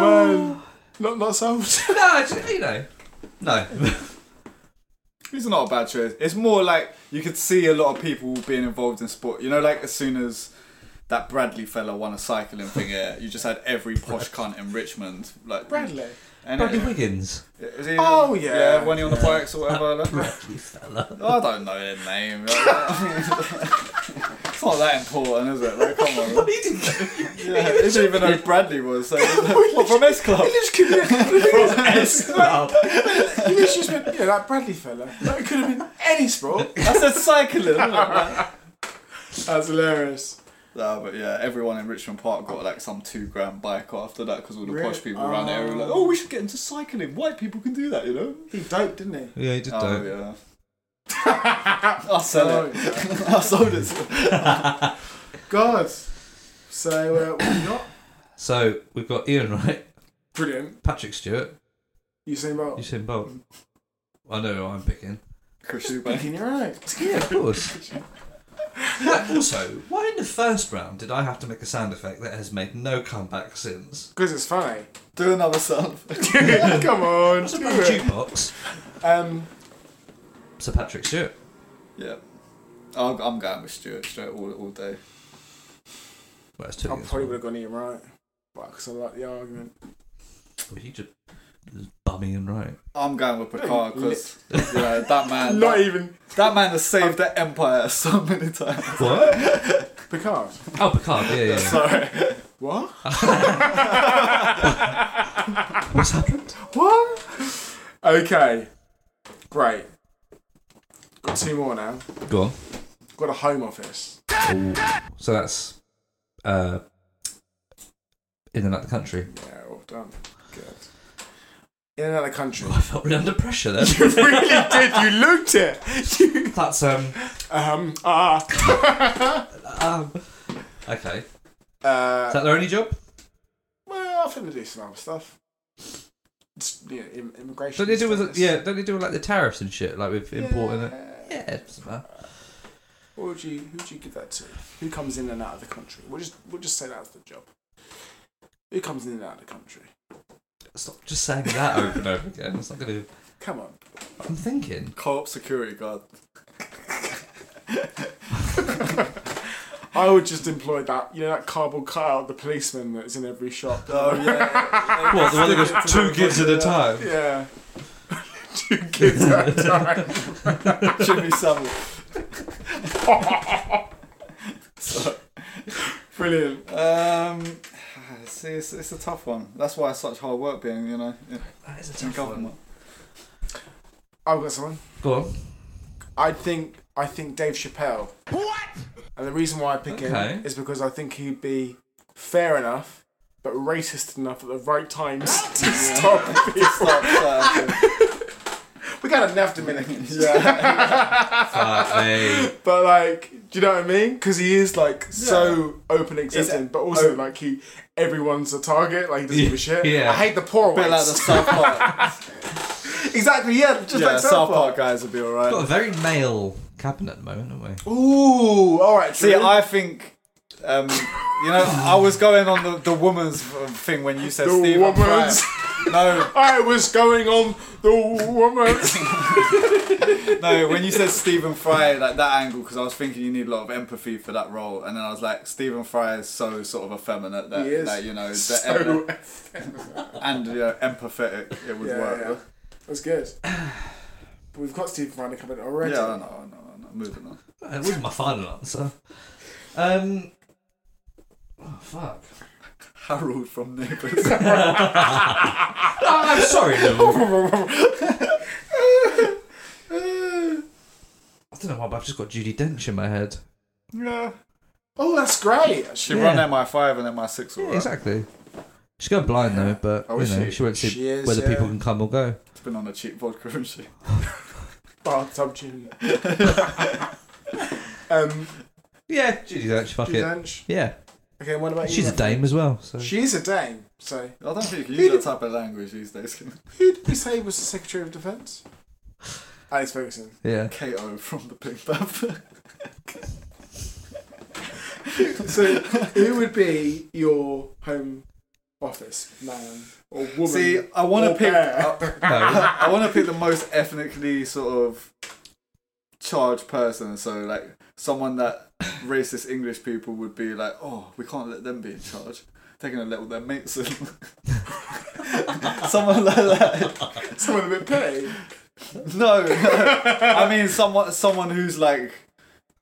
Speaker 1: man, not not sold.
Speaker 2: no, it's- you know. No.
Speaker 3: It's not a bad choice. It's more like you could see a lot of people being involved in sport. You know, like as soon as that Bradley fella won a cycling thing, yeah, you just had every posh cunt in Richmond. Like
Speaker 1: Bradley.
Speaker 3: And
Speaker 2: Bradley
Speaker 3: it-
Speaker 2: Wiggins.
Speaker 3: is he-
Speaker 1: Oh, yeah.
Speaker 3: yeah, when he on the bikes or whatever. like-
Speaker 2: You fella.
Speaker 3: I don't know their name. It's not that important, is it? Like, come on. yeah, it's even though Bradley was. So, what, from S Club?
Speaker 1: He just could have
Speaker 2: S Club.
Speaker 1: been, he just been, you know, that Bradley fella. That could have been any sport.
Speaker 3: That's a cycling. Isn't it?
Speaker 1: That's hilarious.
Speaker 3: No, but yeah, everyone in Richmond Park got like some two grand bike after that because all the
Speaker 1: Really?
Speaker 3: posh people around there were
Speaker 1: Ah.
Speaker 3: like, "Oh, we should get into cycling. White people can do that, you know."
Speaker 1: He dope, didn't he?
Speaker 2: Yeah, he did
Speaker 3: Oh
Speaker 2: though.
Speaker 3: yeah. I sell it. I sold it.
Speaker 1: God. So, uh, what have you got?
Speaker 2: So we've got Ian Wright,
Speaker 1: Brilliant.
Speaker 2: Patrick Stewart,
Speaker 1: You say about
Speaker 2: Usain Bolt. I know who I'm picking.
Speaker 3: Christian
Speaker 1: making your own.
Speaker 2: Yeah, of course. Like, also, why in the first round did I have to make a sound effect that has made no comeback since?
Speaker 1: Because it's funny.
Speaker 3: Do another sound.
Speaker 1: Come on.
Speaker 2: It's a
Speaker 1: do
Speaker 2: bad
Speaker 1: it.
Speaker 2: jukebox.
Speaker 1: Um,
Speaker 2: Sir Patrick Stewart.
Speaker 3: yeah. I'm, I'm going with Stuart straight all, all day.
Speaker 2: Well, it's two
Speaker 1: I
Speaker 2: against
Speaker 1: probably
Speaker 2: one.
Speaker 1: would have gone Ian Wright. Because I like the argument.
Speaker 2: Well, he just is bummy and right.
Speaker 3: I'm going with Picard because you know, that man.
Speaker 1: Not
Speaker 3: that,
Speaker 1: even
Speaker 3: that man has saved the empire so many times.
Speaker 2: What?
Speaker 1: Picard.
Speaker 2: Oh, Picard. Yeah, yeah. yeah.
Speaker 3: Sorry.
Speaker 1: What?
Speaker 2: What's happened?
Speaker 1: What? Okay. Great. Got two more now.
Speaker 2: Go on.
Speaker 1: Got a home office.
Speaker 2: So that's uh, in and out the country.
Speaker 1: Yeah, well done. Good. In another country.
Speaker 2: I felt really under pressure then.
Speaker 1: you really did. You looked it. You-
Speaker 2: that's um.
Speaker 1: um. Ah.
Speaker 2: um okay.
Speaker 1: Uh,
Speaker 2: Is that their only job?
Speaker 1: well, I think they do some other stuff. It's, you know, im- immigration.
Speaker 2: Don't they do with
Speaker 1: status.
Speaker 2: yeah? Don't they do with, like the tariffs and shit? Like with importing it. Yeah. it doesn't matter.
Speaker 1: What would you? Who would you give that to? Who comes in and out of the country? We'll just we'll just say that's the job. Who comes in and out of the country?
Speaker 2: Stop just saying that over and over again. It's not gonna.
Speaker 1: Come on.
Speaker 2: I'm thinking.
Speaker 3: Co-op security guard.
Speaker 1: I would just employ that, you know, that cardboard cutout, the policeman that's in every shop.
Speaker 3: Oh yeah.
Speaker 2: What the one that goes two gigs at a time?
Speaker 1: Yeah. Two kids at a time.
Speaker 3: Jimmy Savile.
Speaker 1: Brilliant.
Speaker 3: Um, see, it's, it's a tough one. That's why it's such hard work being, you know, in,
Speaker 2: That is a
Speaker 3: in
Speaker 2: tough
Speaker 3: government.
Speaker 2: one.
Speaker 1: I've got someone.
Speaker 2: Go on.
Speaker 1: I think I think Dave Chappelle. What? And the reason why I pick
Speaker 2: Okay.
Speaker 1: him is because I think he'd be fair enough, but racist enough at the right times to stop people.
Speaker 3: Fuck, fuck,
Speaker 1: We got enough Dominicans.
Speaker 3: yeah.
Speaker 2: Fuck me.
Speaker 1: But like, do you know what I mean? Because he is like so open and accepting, but also
Speaker 3: oh.
Speaker 1: like he, everyone's a target. Like he doesn't give a shit.
Speaker 2: Yeah.
Speaker 1: I hate the poor
Speaker 3: Bit
Speaker 1: ones.
Speaker 3: like the South Park.
Speaker 1: exactly. Yeah, just
Speaker 3: yeah,
Speaker 1: like
Speaker 3: South, Park guys would be
Speaker 2: Got a
Speaker 3: alright.
Speaker 2: very male cabinet at the moment, haven't we?
Speaker 1: Ooh, all right.
Speaker 3: See,
Speaker 1: Drew.
Speaker 3: I think, um, you know, I was going on the, the woman's thing when you said
Speaker 1: The
Speaker 3: Stephen
Speaker 1: woman's-
Speaker 3: Fry. No,
Speaker 1: I was going on the woman.
Speaker 3: no, when you said Stephen Fry, like that angle, because I was thinking you need a lot of empathy for that role, and then I was like, Stephen Fry is so sort of effeminate that,
Speaker 1: He is
Speaker 3: that you know,
Speaker 1: so
Speaker 3: the and you know, empathetic, it would
Speaker 1: yeah,
Speaker 3: work.
Speaker 1: yeah. That's good. But we've got Steve Ryan coming already.
Speaker 3: Yeah, I know, I know, I know. Moving on.
Speaker 2: It wasn't Uh, my final answer. Um. Oh fuck.
Speaker 3: Harold from Neighbours.
Speaker 2: I'm sorry, Lou. I don't know why, but I've just got Judy Dench in my head.
Speaker 3: yeah.
Speaker 1: Oh, that's great.
Speaker 3: She
Speaker 2: Yeah.
Speaker 3: run MI5 and MI6 all right.
Speaker 2: Exactly. She's going blind though, but
Speaker 1: Oh,
Speaker 2: you
Speaker 1: is
Speaker 2: know
Speaker 1: she?
Speaker 2: she, won't see
Speaker 1: She is,
Speaker 2: whether
Speaker 1: yeah.
Speaker 2: people can come or go.
Speaker 3: It's been on a cheap vodka, hasn't she?
Speaker 1: Bathtub Julie. um,
Speaker 2: Yeah, Judy Dench. Fuck
Speaker 1: Judy
Speaker 2: it.
Speaker 1: Dench.
Speaker 2: Yeah,
Speaker 1: Okay, what about you?
Speaker 2: she's a
Speaker 1: Matthew?
Speaker 2: dame as well. So
Speaker 1: She is a dame. So,
Speaker 3: I don't think you can use that type of language these days. Can you?
Speaker 1: who did we say was the Secretary of Defence? Alex Ferguson.
Speaker 2: yeah,
Speaker 3: KO from the Big Panther.
Speaker 1: So, who would be your home office man or woman?
Speaker 3: See, I want to
Speaker 1: or
Speaker 3: pick.
Speaker 1: bear?
Speaker 3: I, want to pick the most ethnically sort of charged person. So like someone that racist English people would be like, oh, we can't let them be in charge. They're gonna let all their mates in. someone like that.
Speaker 1: someone a bit petty.
Speaker 3: No, no. I mean someone someone who's like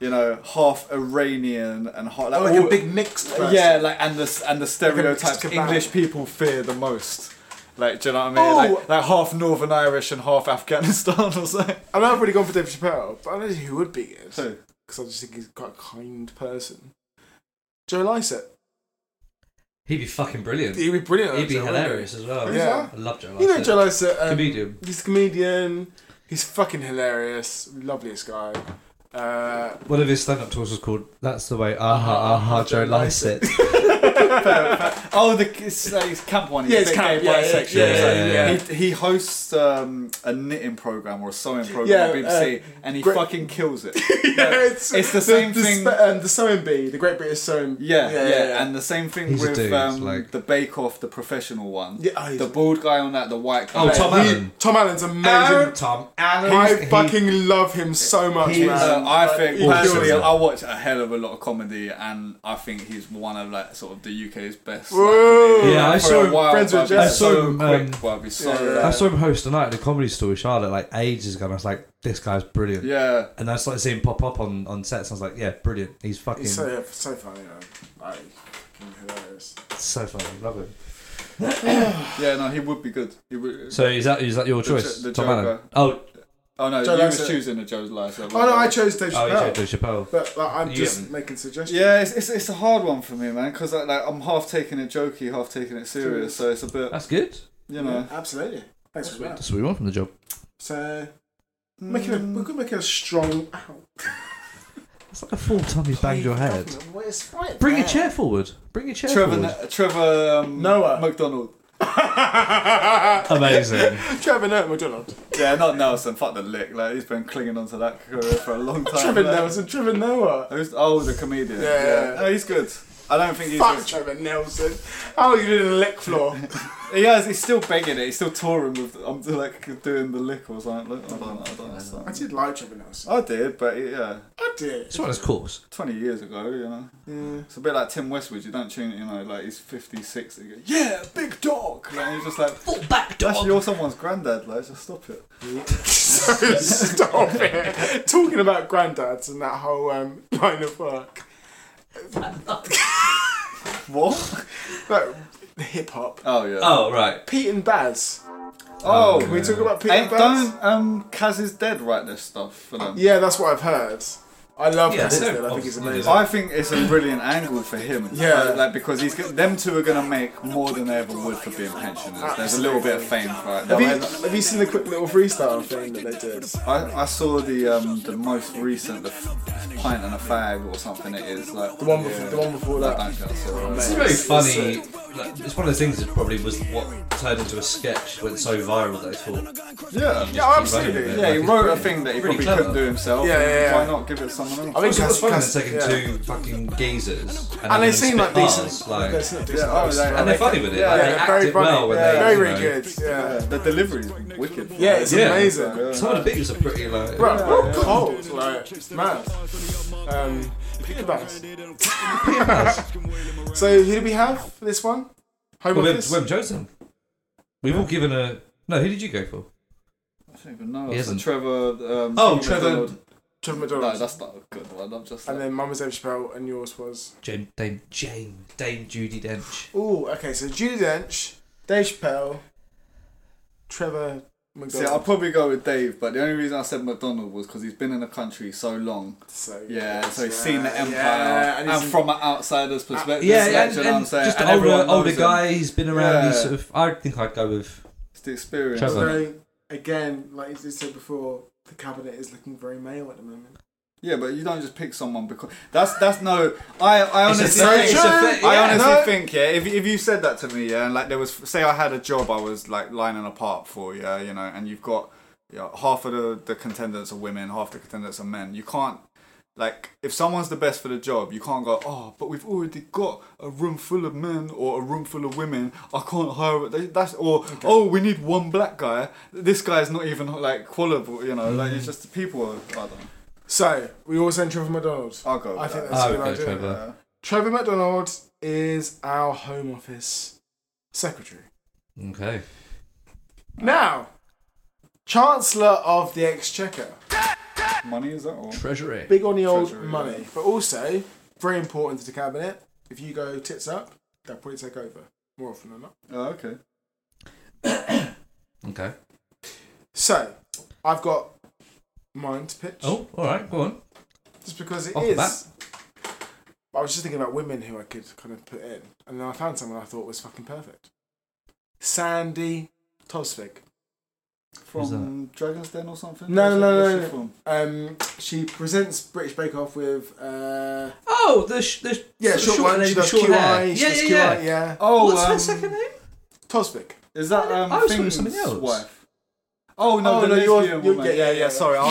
Speaker 3: you know, half Iranian and half like,
Speaker 1: Oh, like a
Speaker 3: all-
Speaker 1: big mixed person.
Speaker 3: Yeah, like and the s- and the stereotypes
Speaker 1: mixed kebab.
Speaker 3: English people fear the most. Like, do you know what I mean?
Speaker 1: Oh!
Speaker 3: Like, like half Northern Irish and half Afghanistan or something.
Speaker 1: I mean, I've really gone for Dave Chappelle, but I don't know who would be good.
Speaker 3: Who?
Speaker 1: Because I just think he's quite a kind person. Joe Lycett.
Speaker 2: He'd be fucking brilliant.
Speaker 1: He'd be brilliant.
Speaker 2: He'd be
Speaker 1: actually, wouldn't
Speaker 2: hilarious as well.
Speaker 1: Who's Yeah.
Speaker 2: I love Joe
Speaker 1: he? You know
Speaker 2: Lycett.
Speaker 1: Joe Lycett. Um,
Speaker 2: Comedian.
Speaker 1: He's a comedian. He's fucking hilarious. Loveliest guy. Uh,
Speaker 2: One of his stand-up tours was called "That's the Way." Aha, aha, Joe Lycett.
Speaker 3: Oh, the it's, uh, it's camp one. he's
Speaker 1: Yeah,
Speaker 3: a
Speaker 1: it's
Speaker 3: bit
Speaker 1: camp,
Speaker 3: gay,
Speaker 1: yeah, yeah,
Speaker 3: bisexual,
Speaker 2: yeah,
Speaker 3: so-
Speaker 2: yeah, yeah.
Speaker 3: He, he hosts um, a knitting program or a sewing program
Speaker 1: Yeah,
Speaker 3: on BBC,
Speaker 1: uh,
Speaker 3: and he
Speaker 1: great-
Speaker 3: fucking kills it.
Speaker 1: yeah,
Speaker 3: it's the same thing-
Speaker 1: spe- um, the sewing bee, the Great British sewing.
Speaker 3: Yeah, yeah, and the same thing
Speaker 2: He's a
Speaker 3: with
Speaker 2: dude,
Speaker 3: um,
Speaker 2: like-
Speaker 3: the Bake Off, the professional one.
Speaker 1: Yeah, oh, he's
Speaker 3: the
Speaker 1: a-
Speaker 3: bald guy on that, the white guy.
Speaker 2: Oh, Tom
Speaker 1: He-
Speaker 2: Allen.
Speaker 1: Tom Allen's amazing.
Speaker 2: Tom Allen.
Speaker 1: I
Speaker 2: He-
Speaker 1: fucking love him so much,
Speaker 2: he's,
Speaker 1: man.
Speaker 3: Uh, I
Speaker 1: Like,
Speaker 3: think
Speaker 1: he
Speaker 3: personally,
Speaker 1: kills it.
Speaker 3: I watch a hell of a lot of comedy, and I think he's one of like sort of the UK's best. like,
Speaker 1: Whoa.
Speaker 3: comedians.
Speaker 2: Yeah, I
Speaker 3: For
Speaker 2: saw
Speaker 3: a
Speaker 2: him-
Speaker 3: while,
Speaker 1: Friends
Speaker 3: but
Speaker 1: with
Speaker 3: I'd be
Speaker 1: Jeff.
Speaker 2: I saw
Speaker 3: so
Speaker 2: him, um,
Speaker 3: quick, but I'd be so
Speaker 2: I
Speaker 3: yeah.
Speaker 2: saw him host a night at the comedy store with Charlotte like ages ago, and I was like, "This guy's brilliant."
Speaker 3: yeah.
Speaker 2: And I started seeing him pop up on on sets. And I was like, "Yeah, brilliant. He's fucking
Speaker 1: He's so,
Speaker 2: so,
Speaker 1: yeah, so funny, man. Like, fucking hilarious.
Speaker 2: funny. Love him."
Speaker 3: Yeah, no, he would be good. He would.
Speaker 2: So is that is that your choice,
Speaker 3: the
Speaker 2: Tom
Speaker 3: Joker.
Speaker 2: Allen? Oh,
Speaker 3: oh no,
Speaker 1: Joe
Speaker 3: you was
Speaker 1: Lycett.
Speaker 3: choosing the Joe's life. Oh
Speaker 1: Oh no, I chose Dave
Speaker 2: oh, you
Speaker 1: Chappelle.
Speaker 2: said Dave Chappelle.
Speaker 1: but like, I'm
Speaker 2: You
Speaker 1: just
Speaker 2: haven't-
Speaker 1: making suggestions.
Speaker 3: Yeah, it's, it's it's a hard one for me, man, because like, like I'm half taking it jokey, half taking it serious. So it's a bit,
Speaker 2: That's good.
Speaker 3: you know.
Speaker 1: absolutely. Thanks for that.
Speaker 2: That's what we want from the job.
Speaker 1: So, making a, we could make a strong. Ow,
Speaker 2: It's like a full time you banged your head.
Speaker 1: government, well, it's right
Speaker 2: Bring your
Speaker 1: there.
Speaker 2: chair forward. Bring your chair
Speaker 3: Trevor,
Speaker 2: forward.
Speaker 3: Trevor um,
Speaker 1: Noah.
Speaker 3: McDonald.
Speaker 2: Amazing.
Speaker 1: Trevor Noah McDonald.
Speaker 3: Yeah, not Nelson. Fuck the lick. Like he's been clinging onto that career for a long time.
Speaker 1: Trevor
Speaker 3: man.
Speaker 1: Nelson. Trevor Noah.
Speaker 3: Who's oh the comedian?
Speaker 1: Yeah, yeah, yeah.
Speaker 3: No, he's good. I don't think he's.
Speaker 1: Fuck
Speaker 3: good.
Speaker 1: Trevor Nelson. How are you doing the lick floor?
Speaker 3: He has. He's still begging it. He's still touring with. I'm like doing the lick or something. Look, I don't know. I don't know.
Speaker 1: I
Speaker 3: something.
Speaker 1: did like Trevor Nelson.
Speaker 3: I did, but yeah,
Speaker 1: I did.
Speaker 2: It's one of his course.
Speaker 3: twenty years ago, you know. It's a bit like Tim Westwood. You don't tune it, you know, like he's fifty six. Go, yeah, big dog. Like, he's just like full back dog. That's, you're someone's granddad. Like, just stop it.
Speaker 1: So stop it. Talking about granddads and that whole um, line of work.
Speaker 3: What?
Speaker 1: Like, hip hop.
Speaker 3: Oh yeah.
Speaker 2: Oh right.
Speaker 1: Pete and Baz.
Speaker 3: Oh,
Speaker 1: Can we talk about Pete
Speaker 3: Hey,
Speaker 1: and Baz?
Speaker 3: don't um, Kaz is dead write this stuff for them.
Speaker 1: Yeah, that's what I've heard. I love
Speaker 2: Yeah,
Speaker 1: yeah,
Speaker 2: they don't
Speaker 1: I think he's
Speaker 2: obviously
Speaker 1: amazing.
Speaker 3: I think it's a brilliant angle for him. Uh,
Speaker 1: Yeah.
Speaker 3: like, like, because he's go- them two are gonna make more than they ever would for being pensioners. There's a little bit of fame right
Speaker 1: Have you,
Speaker 3: now.
Speaker 1: have you seen the quick little freestyle thing that they did?
Speaker 3: I, I saw the um, the most recent the f- pint and a fag or something. It is like
Speaker 1: The one before, the one before
Speaker 3: I
Speaker 1: that.
Speaker 3: don't think I saw it.
Speaker 2: It's very funny.
Speaker 1: uh,
Speaker 2: like, It's one of the things that probably was what turned into a sketch went so viral that I thought.
Speaker 3: Yeah.
Speaker 1: Yeah, absolutely.
Speaker 2: Yeah.
Speaker 3: Yeah, he wrote a thing that he
Speaker 2: Pretty
Speaker 3: probably
Speaker 2: clever.
Speaker 3: couldn't do himself.
Speaker 1: Yeah, yeah, yeah.
Speaker 3: Why not give it to someone else?
Speaker 1: I think
Speaker 2: It's
Speaker 1: Cas-
Speaker 2: funny when
Speaker 1: Cas-
Speaker 2: they're taking
Speaker 1: yeah.
Speaker 2: two fucking geezers
Speaker 1: And
Speaker 2: and,
Speaker 1: they
Speaker 2: having them
Speaker 1: seem
Speaker 2: spit
Speaker 1: like decent.
Speaker 2: bars, like-
Speaker 1: they seem like decent.
Speaker 3: Yeah, oh,
Speaker 1: guys.
Speaker 3: they-
Speaker 2: and they're funny with it.
Speaker 3: Yeah,
Speaker 2: like, they
Speaker 3: they're
Speaker 2: act
Speaker 1: very
Speaker 2: it
Speaker 1: funny.
Speaker 2: well when
Speaker 1: yeah,
Speaker 2: they.
Speaker 1: very,
Speaker 2: you
Speaker 1: very
Speaker 2: know-
Speaker 1: good. Yeah.
Speaker 3: the delivery is wicked.
Speaker 1: Yeah, it's
Speaker 2: Yeah.
Speaker 1: amazing.
Speaker 2: Some of the beats are pretty like.
Speaker 1: Bro, we're cold, like, mad. Um, pick a bass. so, who do we have for this one? Home
Speaker 2: Well, Wim,
Speaker 1: office?
Speaker 2: Wim Johnson. We've all given a. No, who did you go for?
Speaker 3: I don't even know.
Speaker 2: He
Speaker 3: It's a
Speaker 2: isn't.
Speaker 3: Trevor. Um,
Speaker 2: Oh,
Speaker 3: Stephen
Speaker 2: Trevor-
Speaker 3: McDonald.
Speaker 1: Trevor
Speaker 3: No,
Speaker 1: McDonald.
Speaker 3: that's not a good one. I'm just.
Speaker 1: and then mine was Dave Chappelle, and yours was.
Speaker 2: Jane, Dame, Jane, Dame Judy Dench.
Speaker 1: Ooh, okay, so Judy Dench, Dave Chappelle, Trevor
Speaker 3: See, I'll
Speaker 1: McDonald.
Speaker 3: probably go with Dave, but the only reason I said McDonald was because he's been in the country so long.
Speaker 1: so,
Speaker 3: Yeah, so he's
Speaker 1: yeah,
Speaker 3: seen the empire,
Speaker 1: yeah,
Speaker 3: and,
Speaker 1: he's-
Speaker 3: from an outsider's perspective.
Speaker 2: Yeah,
Speaker 3: like,
Speaker 2: and,
Speaker 3: do you know what I'm
Speaker 2: and
Speaker 3: saying?
Speaker 2: just
Speaker 3: And
Speaker 2: an older,
Speaker 3: everyone knows
Speaker 2: older
Speaker 3: him.
Speaker 2: guy. He's been around. He's
Speaker 3: Yeah.
Speaker 2: sort of. I think I'd go with.
Speaker 3: It's the experience.
Speaker 2: Trevor.
Speaker 1: very, again, like you said before, the cabinet is looking very male at the moment.
Speaker 3: Yeah, but you don't just pick someone because that's that's no. I I
Speaker 2: It's a
Speaker 3: honestly,
Speaker 2: thing,
Speaker 3: think-
Speaker 2: it's a thing,
Speaker 3: I
Speaker 2: yeah.
Speaker 3: honestly
Speaker 2: No.
Speaker 3: think yeah. If, if you said that to me, yeah, and like there was say I had a job I was like lining apart for, yeah, you know, and you've got yeah, half of the the contenders are women, half the contenders are men. You can't like if someone's the best for the job, you can't go oh, but we've already got a room full of men or a room full of women. I can't hire they- that's or oh we need one black guy. This guy's not even like qualified, you know. Like it's just people. Are, I don't know.
Speaker 1: So, we all send Trevor McDonald.
Speaker 3: I'll go. With
Speaker 1: I
Speaker 3: that.
Speaker 1: think that's
Speaker 2: I
Speaker 1: a
Speaker 2: would
Speaker 1: good
Speaker 2: go
Speaker 1: idea.
Speaker 2: Trevor.
Speaker 3: Yeah.
Speaker 1: Trevor McDonald is our Home Office Secretary.
Speaker 2: Okay.
Speaker 1: Now, Chancellor of the Exchequer.
Speaker 3: Money is that all?
Speaker 2: Treasury.
Speaker 1: Big on the old
Speaker 3: Treasury,
Speaker 1: money,
Speaker 3: yeah.
Speaker 1: but also very important to the cabinet. If you go tits up, they'll probably take over more often than not.
Speaker 3: Oh, okay.
Speaker 2: Okay.
Speaker 1: So I've got mine to pitch.
Speaker 2: Oh, all right. Go on.
Speaker 1: just because it
Speaker 2: Off
Speaker 1: is.
Speaker 2: the bat.
Speaker 1: I was just thinking about women who I could kind of put in, and then I found someone I thought was fucking perfect. Sandy Tosvig.
Speaker 3: From Dragon's Den or something?
Speaker 1: No, no,
Speaker 3: Where's
Speaker 1: no, no.
Speaker 3: that- where's she
Speaker 1: no.
Speaker 3: from?
Speaker 1: Um, she presents British Bake Off with uh,
Speaker 2: Oh, the sh- the
Speaker 1: yeah,
Speaker 2: sort of
Speaker 1: short, one.
Speaker 2: lady
Speaker 1: She
Speaker 2: with
Speaker 1: does
Speaker 2: short
Speaker 1: QI.
Speaker 2: hair.
Speaker 1: She
Speaker 2: yeah,
Speaker 1: does
Speaker 2: yeah,
Speaker 1: QI.
Speaker 2: yeah.
Speaker 1: Yeah,
Speaker 3: Oh,
Speaker 2: What's her
Speaker 3: um,
Speaker 2: second name?
Speaker 1: Tosvig.
Speaker 3: Is that
Speaker 2: I
Speaker 3: um,
Speaker 2: was thinking
Speaker 3: Thing's
Speaker 2: something else.
Speaker 3: wife? Oh no,
Speaker 1: Oh,
Speaker 3: the
Speaker 1: no, you're-
Speaker 3: lesbian
Speaker 1: you're-
Speaker 3: woman.
Speaker 1: yeah, yeah, yeah.
Speaker 3: Sorry, I, I,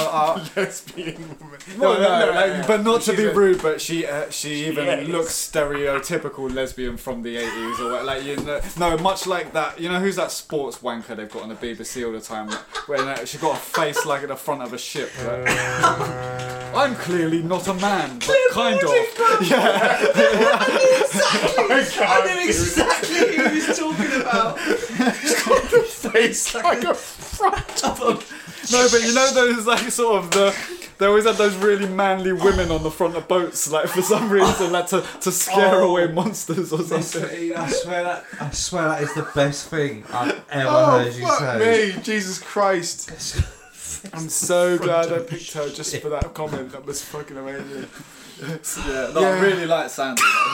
Speaker 1: Lesbian woman.
Speaker 3: no, no, like, but not to
Speaker 1: She's
Speaker 3: be
Speaker 1: a-
Speaker 3: rude, but she uh, she even
Speaker 1: is.
Speaker 3: looks stereotypical lesbian from the eighties or what, like you know, no, much like that. You know who's that sports wanker they've got on the BBC all the time? Where uh, she got a face like the front of a ship. like, I'm clearly not a man, but kind of.
Speaker 2: Exactly. I knew exactly who he was talking about. face like a front of a.
Speaker 3: No, but you know those like sort of the. They always had those really manly women on the front of boats, like for some reason, like to, to scare
Speaker 2: Oh.
Speaker 3: away monsters or something.
Speaker 2: I swear that I swear that is the best thing I've ever
Speaker 1: Oh
Speaker 2: heard you
Speaker 1: fuck
Speaker 2: say.
Speaker 1: me, Jesus Christ! I'm so glad I picked her just for that comment. That was fucking amazing.
Speaker 3: Yeah, no,
Speaker 1: Yeah.
Speaker 3: I really like Sandy. though.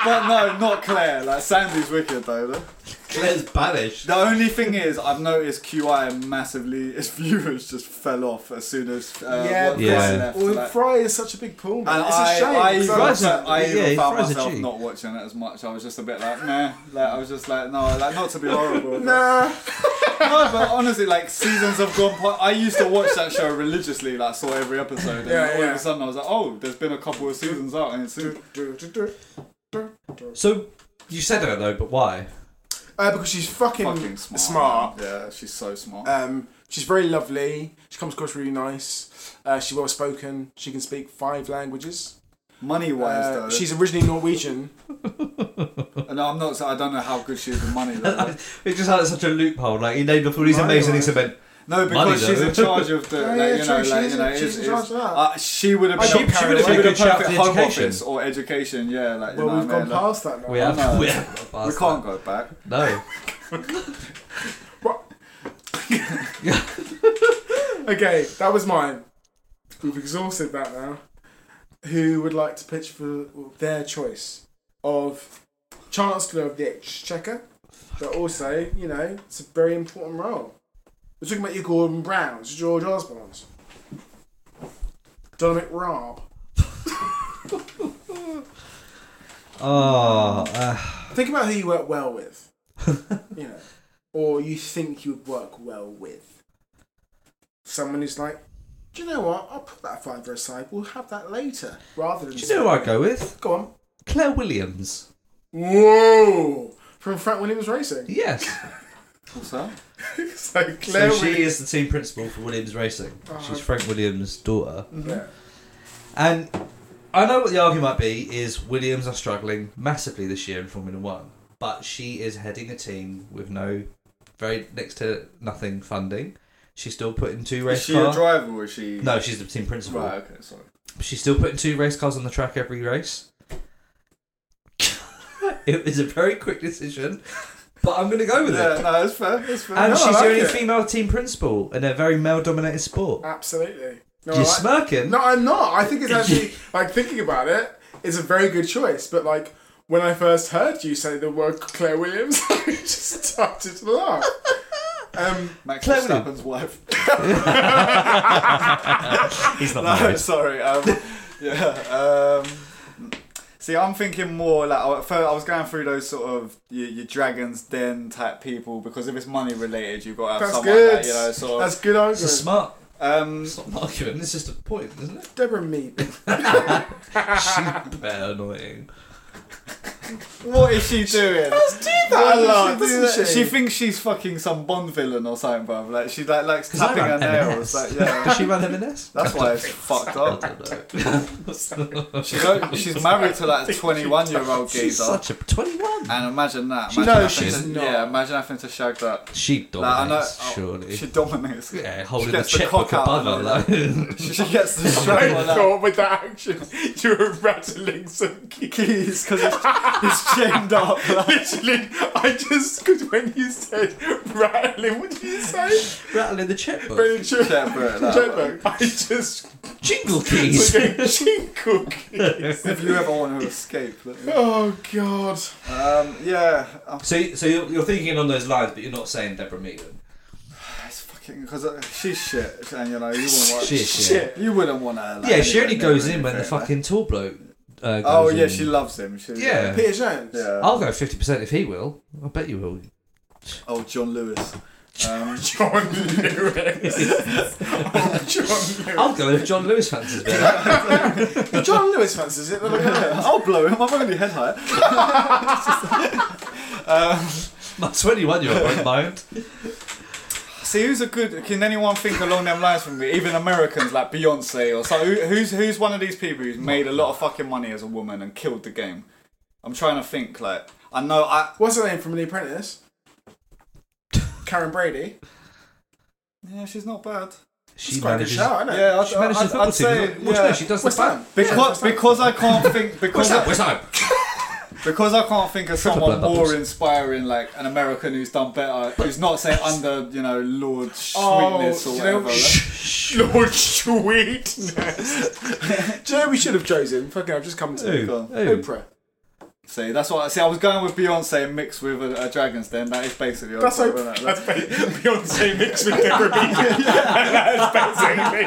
Speaker 3: but no, not Claire. Like Sandy's wicked though. though.
Speaker 2: Claire's banished.
Speaker 3: The only thing is, I've noticed QI massively. Its viewers just fell off as soon as uh,
Speaker 1: Yeah,
Speaker 3: one
Speaker 1: yeah.
Speaker 3: guy
Speaker 2: Yeah.
Speaker 3: left.
Speaker 1: Well,
Speaker 3: like-
Speaker 1: Fry is such a big pull, man.
Speaker 3: and
Speaker 1: it's a
Speaker 3: I,
Speaker 1: shame.
Speaker 3: I,
Speaker 1: so-
Speaker 2: Fries
Speaker 3: even- I
Speaker 2: a-
Speaker 3: even
Speaker 2: yeah,
Speaker 3: found
Speaker 2: fries a
Speaker 3: myself
Speaker 2: G.
Speaker 3: not watching it as much. I was just a bit like, nah. Like I was just like, no, like not to be horrible. but-
Speaker 1: Nah.
Speaker 3: no, but honestly, like seasons have gone past. I used to watch that show religiously, like saw every episode, and
Speaker 1: Yeah,
Speaker 3: all
Speaker 1: yeah.
Speaker 3: of a sudden I was like, oh, there's been a couple of seasons out, and it's
Speaker 2: So you said her though, but why?
Speaker 1: Uh, because she's fucking,
Speaker 3: fucking
Speaker 1: smart.
Speaker 3: smart. Yeah, she's so smart.
Speaker 1: Um, she's very lovely. She comes across really nice. Uh, she's well spoken. She can speak five languages.
Speaker 3: money wise,
Speaker 1: Uh,
Speaker 3: though,
Speaker 1: she's originally Norwegian.
Speaker 3: and I'm not. I don't know how good she is with money. Though.
Speaker 2: It just had such a loophole. Like he named off all these
Speaker 1: Money
Speaker 2: amazing
Speaker 1: wise.
Speaker 2: things and went.
Speaker 3: No, because
Speaker 2: Money,
Speaker 3: she's
Speaker 2: though.
Speaker 3: in charge of the.
Speaker 1: Yeah,
Speaker 3: like,
Speaker 1: yeah,
Speaker 3: you
Speaker 1: true,
Speaker 3: know,
Speaker 1: she
Speaker 3: like,
Speaker 1: is in-
Speaker 3: you know,
Speaker 1: she's
Speaker 3: it's-
Speaker 1: in charge of that.
Speaker 3: uh, she would have been.
Speaker 2: She- she would have
Speaker 3: been
Speaker 2: taken
Speaker 3: a
Speaker 2: charge of
Speaker 3: perfect
Speaker 2: the
Speaker 3: home
Speaker 2: education.
Speaker 3: office or education. Yeah, like you
Speaker 1: Well,
Speaker 3: know
Speaker 1: we've
Speaker 3: what I
Speaker 1: gone
Speaker 3: mean, like-
Speaker 1: past that now.
Speaker 2: We have.
Speaker 3: no.
Speaker 2: We have. gone
Speaker 3: We
Speaker 2: past
Speaker 3: can't go back.
Speaker 2: that. No.
Speaker 1: What? okay, that was mine. We've exhausted that now. Who would like to pitch for their choice of Chancellor of the Exchequer, but also, you know, it's a very important role. We're talking about your Gordon Browns, your George Osborne's, Donna McRabb.
Speaker 2: Oh, uh,
Speaker 1: Think about who you work well with, you know, or you think you would work well with. Someone who's like, do you know what? I'll put that fiver aside. We'll have that later, rather than.
Speaker 2: do you know who I go with?
Speaker 1: Go on.
Speaker 2: Claire Williams.
Speaker 1: Whoa! From Frank Williams Racing.
Speaker 2: Yes.
Speaker 3: What's that?
Speaker 1: so
Speaker 2: So
Speaker 1: Claire
Speaker 2: she
Speaker 1: Williams-
Speaker 2: is the team principal for Williams Racing. She's Frank Williams' daughter.
Speaker 1: Yeah.
Speaker 2: And I know what the argument might be is Williams are struggling massively this year in Formula One, but she is heading a team with no very next to nothing funding. She's still putting two
Speaker 3: Is
Speaker 2: race
Speaker 3: she a
Speaker 2: cars.
Speaker 3: driver or is she?
Speaker 2: No, she's the team principal.
Speaker 3: Right. Okay. Sorry.
Speaker 2: She's still putting two race cars on the track every race. it was a very quick decision, but I'm going to go with
Speaker 3: Yeah.
Speaker 2: it.
Speaker 3: No, it's fair. It's fair.
Speaker 2: And
Speaker 3: No, I
Speaker 2: she's
Speaker 3: like
Speaker 2: the only
Speaker 3: it.
Speaker 2: female team principal in a very male-dominated sport.
Speaker 1: Absolutely. No,
Speaker 2: You're
Speaker 1: I-
Speaker 2: smirking.
Speaker 1: No, I'm not. I think it's actually like thinking about it. It's a very good choice, but like when I first heard you say the word Claire Williams, I just started to laugh. Um,
Speaker 3: Max
Speaker 2: Claire Williams.
Speaker 3: Verstappen's wife.
Speaker 2: He's not
Speaker 3: No,
Speaker 2: married.
Speaker 3: sorry. Um, yeah. Um, see, I'm thinking more like I fir- I was going through those sort of your, your dragons den type people because if it's money related, you've got to have
Speaker 1: that's
Speaker 3: someone
Speaker 1: good.
Speaker 3: that you know sort
Speaker 1: That's
Speaker 3: of.
Speaker 1: good
Speaker 2: It's a
Speaker 1: argument.
Speaker 2: smart.
Speaker 3: Um,
Speaker 2: It's not an argument. It's just a point, isn't it?
Speaker 1: Deborah Mead.
Speaker 2: She's better annoying.
Speaker 1: What is she doing?
Speaker 3: does do that
Speaker 1: a lot,
Speaker 3: doesn't
Speaker 1: doesn't
Speaker 3: she?
Speaker 1: she?
Speaker 3: thinks she's fucking some Bond villain or something, bruv. Like she like likes
Speaker 2: Does that
Speaker 3: tapping her
Speaker 2: run M&S?
Speaker 3: nails. Like,
Speaker 2: Does
Speaker 3: yeah,
Speaker 2: she run M&S?
Speaker 3: that's why it's fucked up. She's, o- she's married to like a 21 year old
Speaker 2: She's
Speaker 3: geezer.
Speaker 2: such a 21.
Speaker 3: And imagine that.
Speaker 1: She-
Speaker 3: Imagine
Speaker 1: no,
Speaker 3: having
Speaker 1: she's
Speaker 3: to,
Speaker 1: not.
Speaker 3: Yeah, imagine having to shag that.
Speaker 2: She
Speaker 3: Like,
Speaker 2: dominates,
Speaker 3: I know, oh,
Speaker 2: surely.
Speaker 3: She dominates.
Speaker 2: yeah, holding
Speaker 3: she
Speaker 2: the
Speaker 3: gets the
Speaker 2: checkbook
Speaker 3: cock out
Speaker 2: above
Speaker 3: of
Speaker 2: her.
Speaker 3: it,
Speaker 2: Like.
Speaker 3: She, she gets the strap on that.
Speaker 1: with that action, you were rattling some keys.
Speaker 3: Keys, because he's, he's chained up. Like,
Speaker 1: Literally, I just because when you said rattling, what did you say?
Speaker 2: rattling the checkbook.
Speaker 1: Very true.
Speaker 3: Yeah, bro, that
Speaker 1: Checkbook. I just
Speaker 2: Jingle keys.
Speaker 1: we're going jingle keys.
Speaker 3: if you ever want to escape, let me-
Speaker 1: Oh god.
Speaker 3: um, yeah, I'm
Speaker 2: so, so you're, you're thinking on those lines, but you're not saying Deborah Meaden.
Speaker 3: it's fucking because she's shit, and you know you wouldn't want.
Speaker 2: She's shit.
Speaker 3: You wouldn't want her. Like,
Speaker 2: Yeah, she
Speaker 3: anywhere
Speaker 2: only
Speaker 3: near
Speaker 2: goes
Speaker 3: him,
Speaker 2: in when the
Speaker 3: fair enough.
Speaker 2: fucking tall bloke. Uh, goes
Speaker 3: Oh yeah,
Speaker 2: in.
Speaker 3: she loves him. She,
Speaker 2: Yeah. Oh.
Speaker 1: Peter Jones.
Speaker 3: Yeah.
Speaker 2: I'll go fifty percent if he will. I bet you will.
Speaker 3: Oh, John Lewis. Um,
Speaker 1: John Lewis. oh, John Lewis.
Speaker 2: I'll go if John Lewis fancies better.
Speaker 1: The John Lewis fans, is it? They're like, "Oh,
Speaker 3: I'll blow him. I'm only head height.
Speaker 2: My twenty-one-year-old won't mind.
Speaker 3: See who's a good. Can anyone think along them lines from me? Even Americans like Beyonce or so. Who, who's who's one of these people who's made a lot of fucking money as a woman and killed the game? I'm trying to think. Like I know I.
Speaker 1: What's her name from The Apprentice? Karen Brady.
Speaker 3: Yeah, she's not bad.
Speaker 2: She
Speaker 1: quite a good
Speaker 2: manages.
Speaker 1: shout, isn't it?
Speaker 3: Yeah, I'd,
Speaker 2: She manages
Speaker 3: I'd,
Speaker 2: the football
Speaker 3: I'd say
Speaker 2: team.
Speaker 3: yeah.
Speaker 2: Well, no, she does
Speaker 1: What's
Speaker 2: the
Speaker 1: that?
Speaker 2: fan.
Speaker 3: because because I can't think
Speaker 2: What's
Speaker 3: because I,
Speaker 2: up? What's up?
Speaker 3: because I can't think of
Speaker 2: Triple
Speaker 3: someone
Speaker 2: blood
Speaker 3: more
Speaker 2: bubbles.
Speaker 3: inspiring like an American who's done better who's not say under you know Lord Sweetness
Speaker 1: Oh, you
Speaker 3: or
Speaker 1: know-
Speaker 3: whatever.
Speaker 1: Lord Sweetness. Do you know who we should have chosen? Fucking, I've just come to
Speaker 2: Who?
Speaker 3: God.
Speaker 2: Who?
Speaker 1: Oprah.
Speaker 3: See, that's what I see. I was going with Beyonce mixed with a, a Dragons. Then that is basically
Speaker 1: That's
Speaker 3: Oprah,
Speaker 1: Oprah.
Speaker 3: isn't it?
Speaker 1: That's ba- Beyonce mixed with Deborah Beacon. That's basically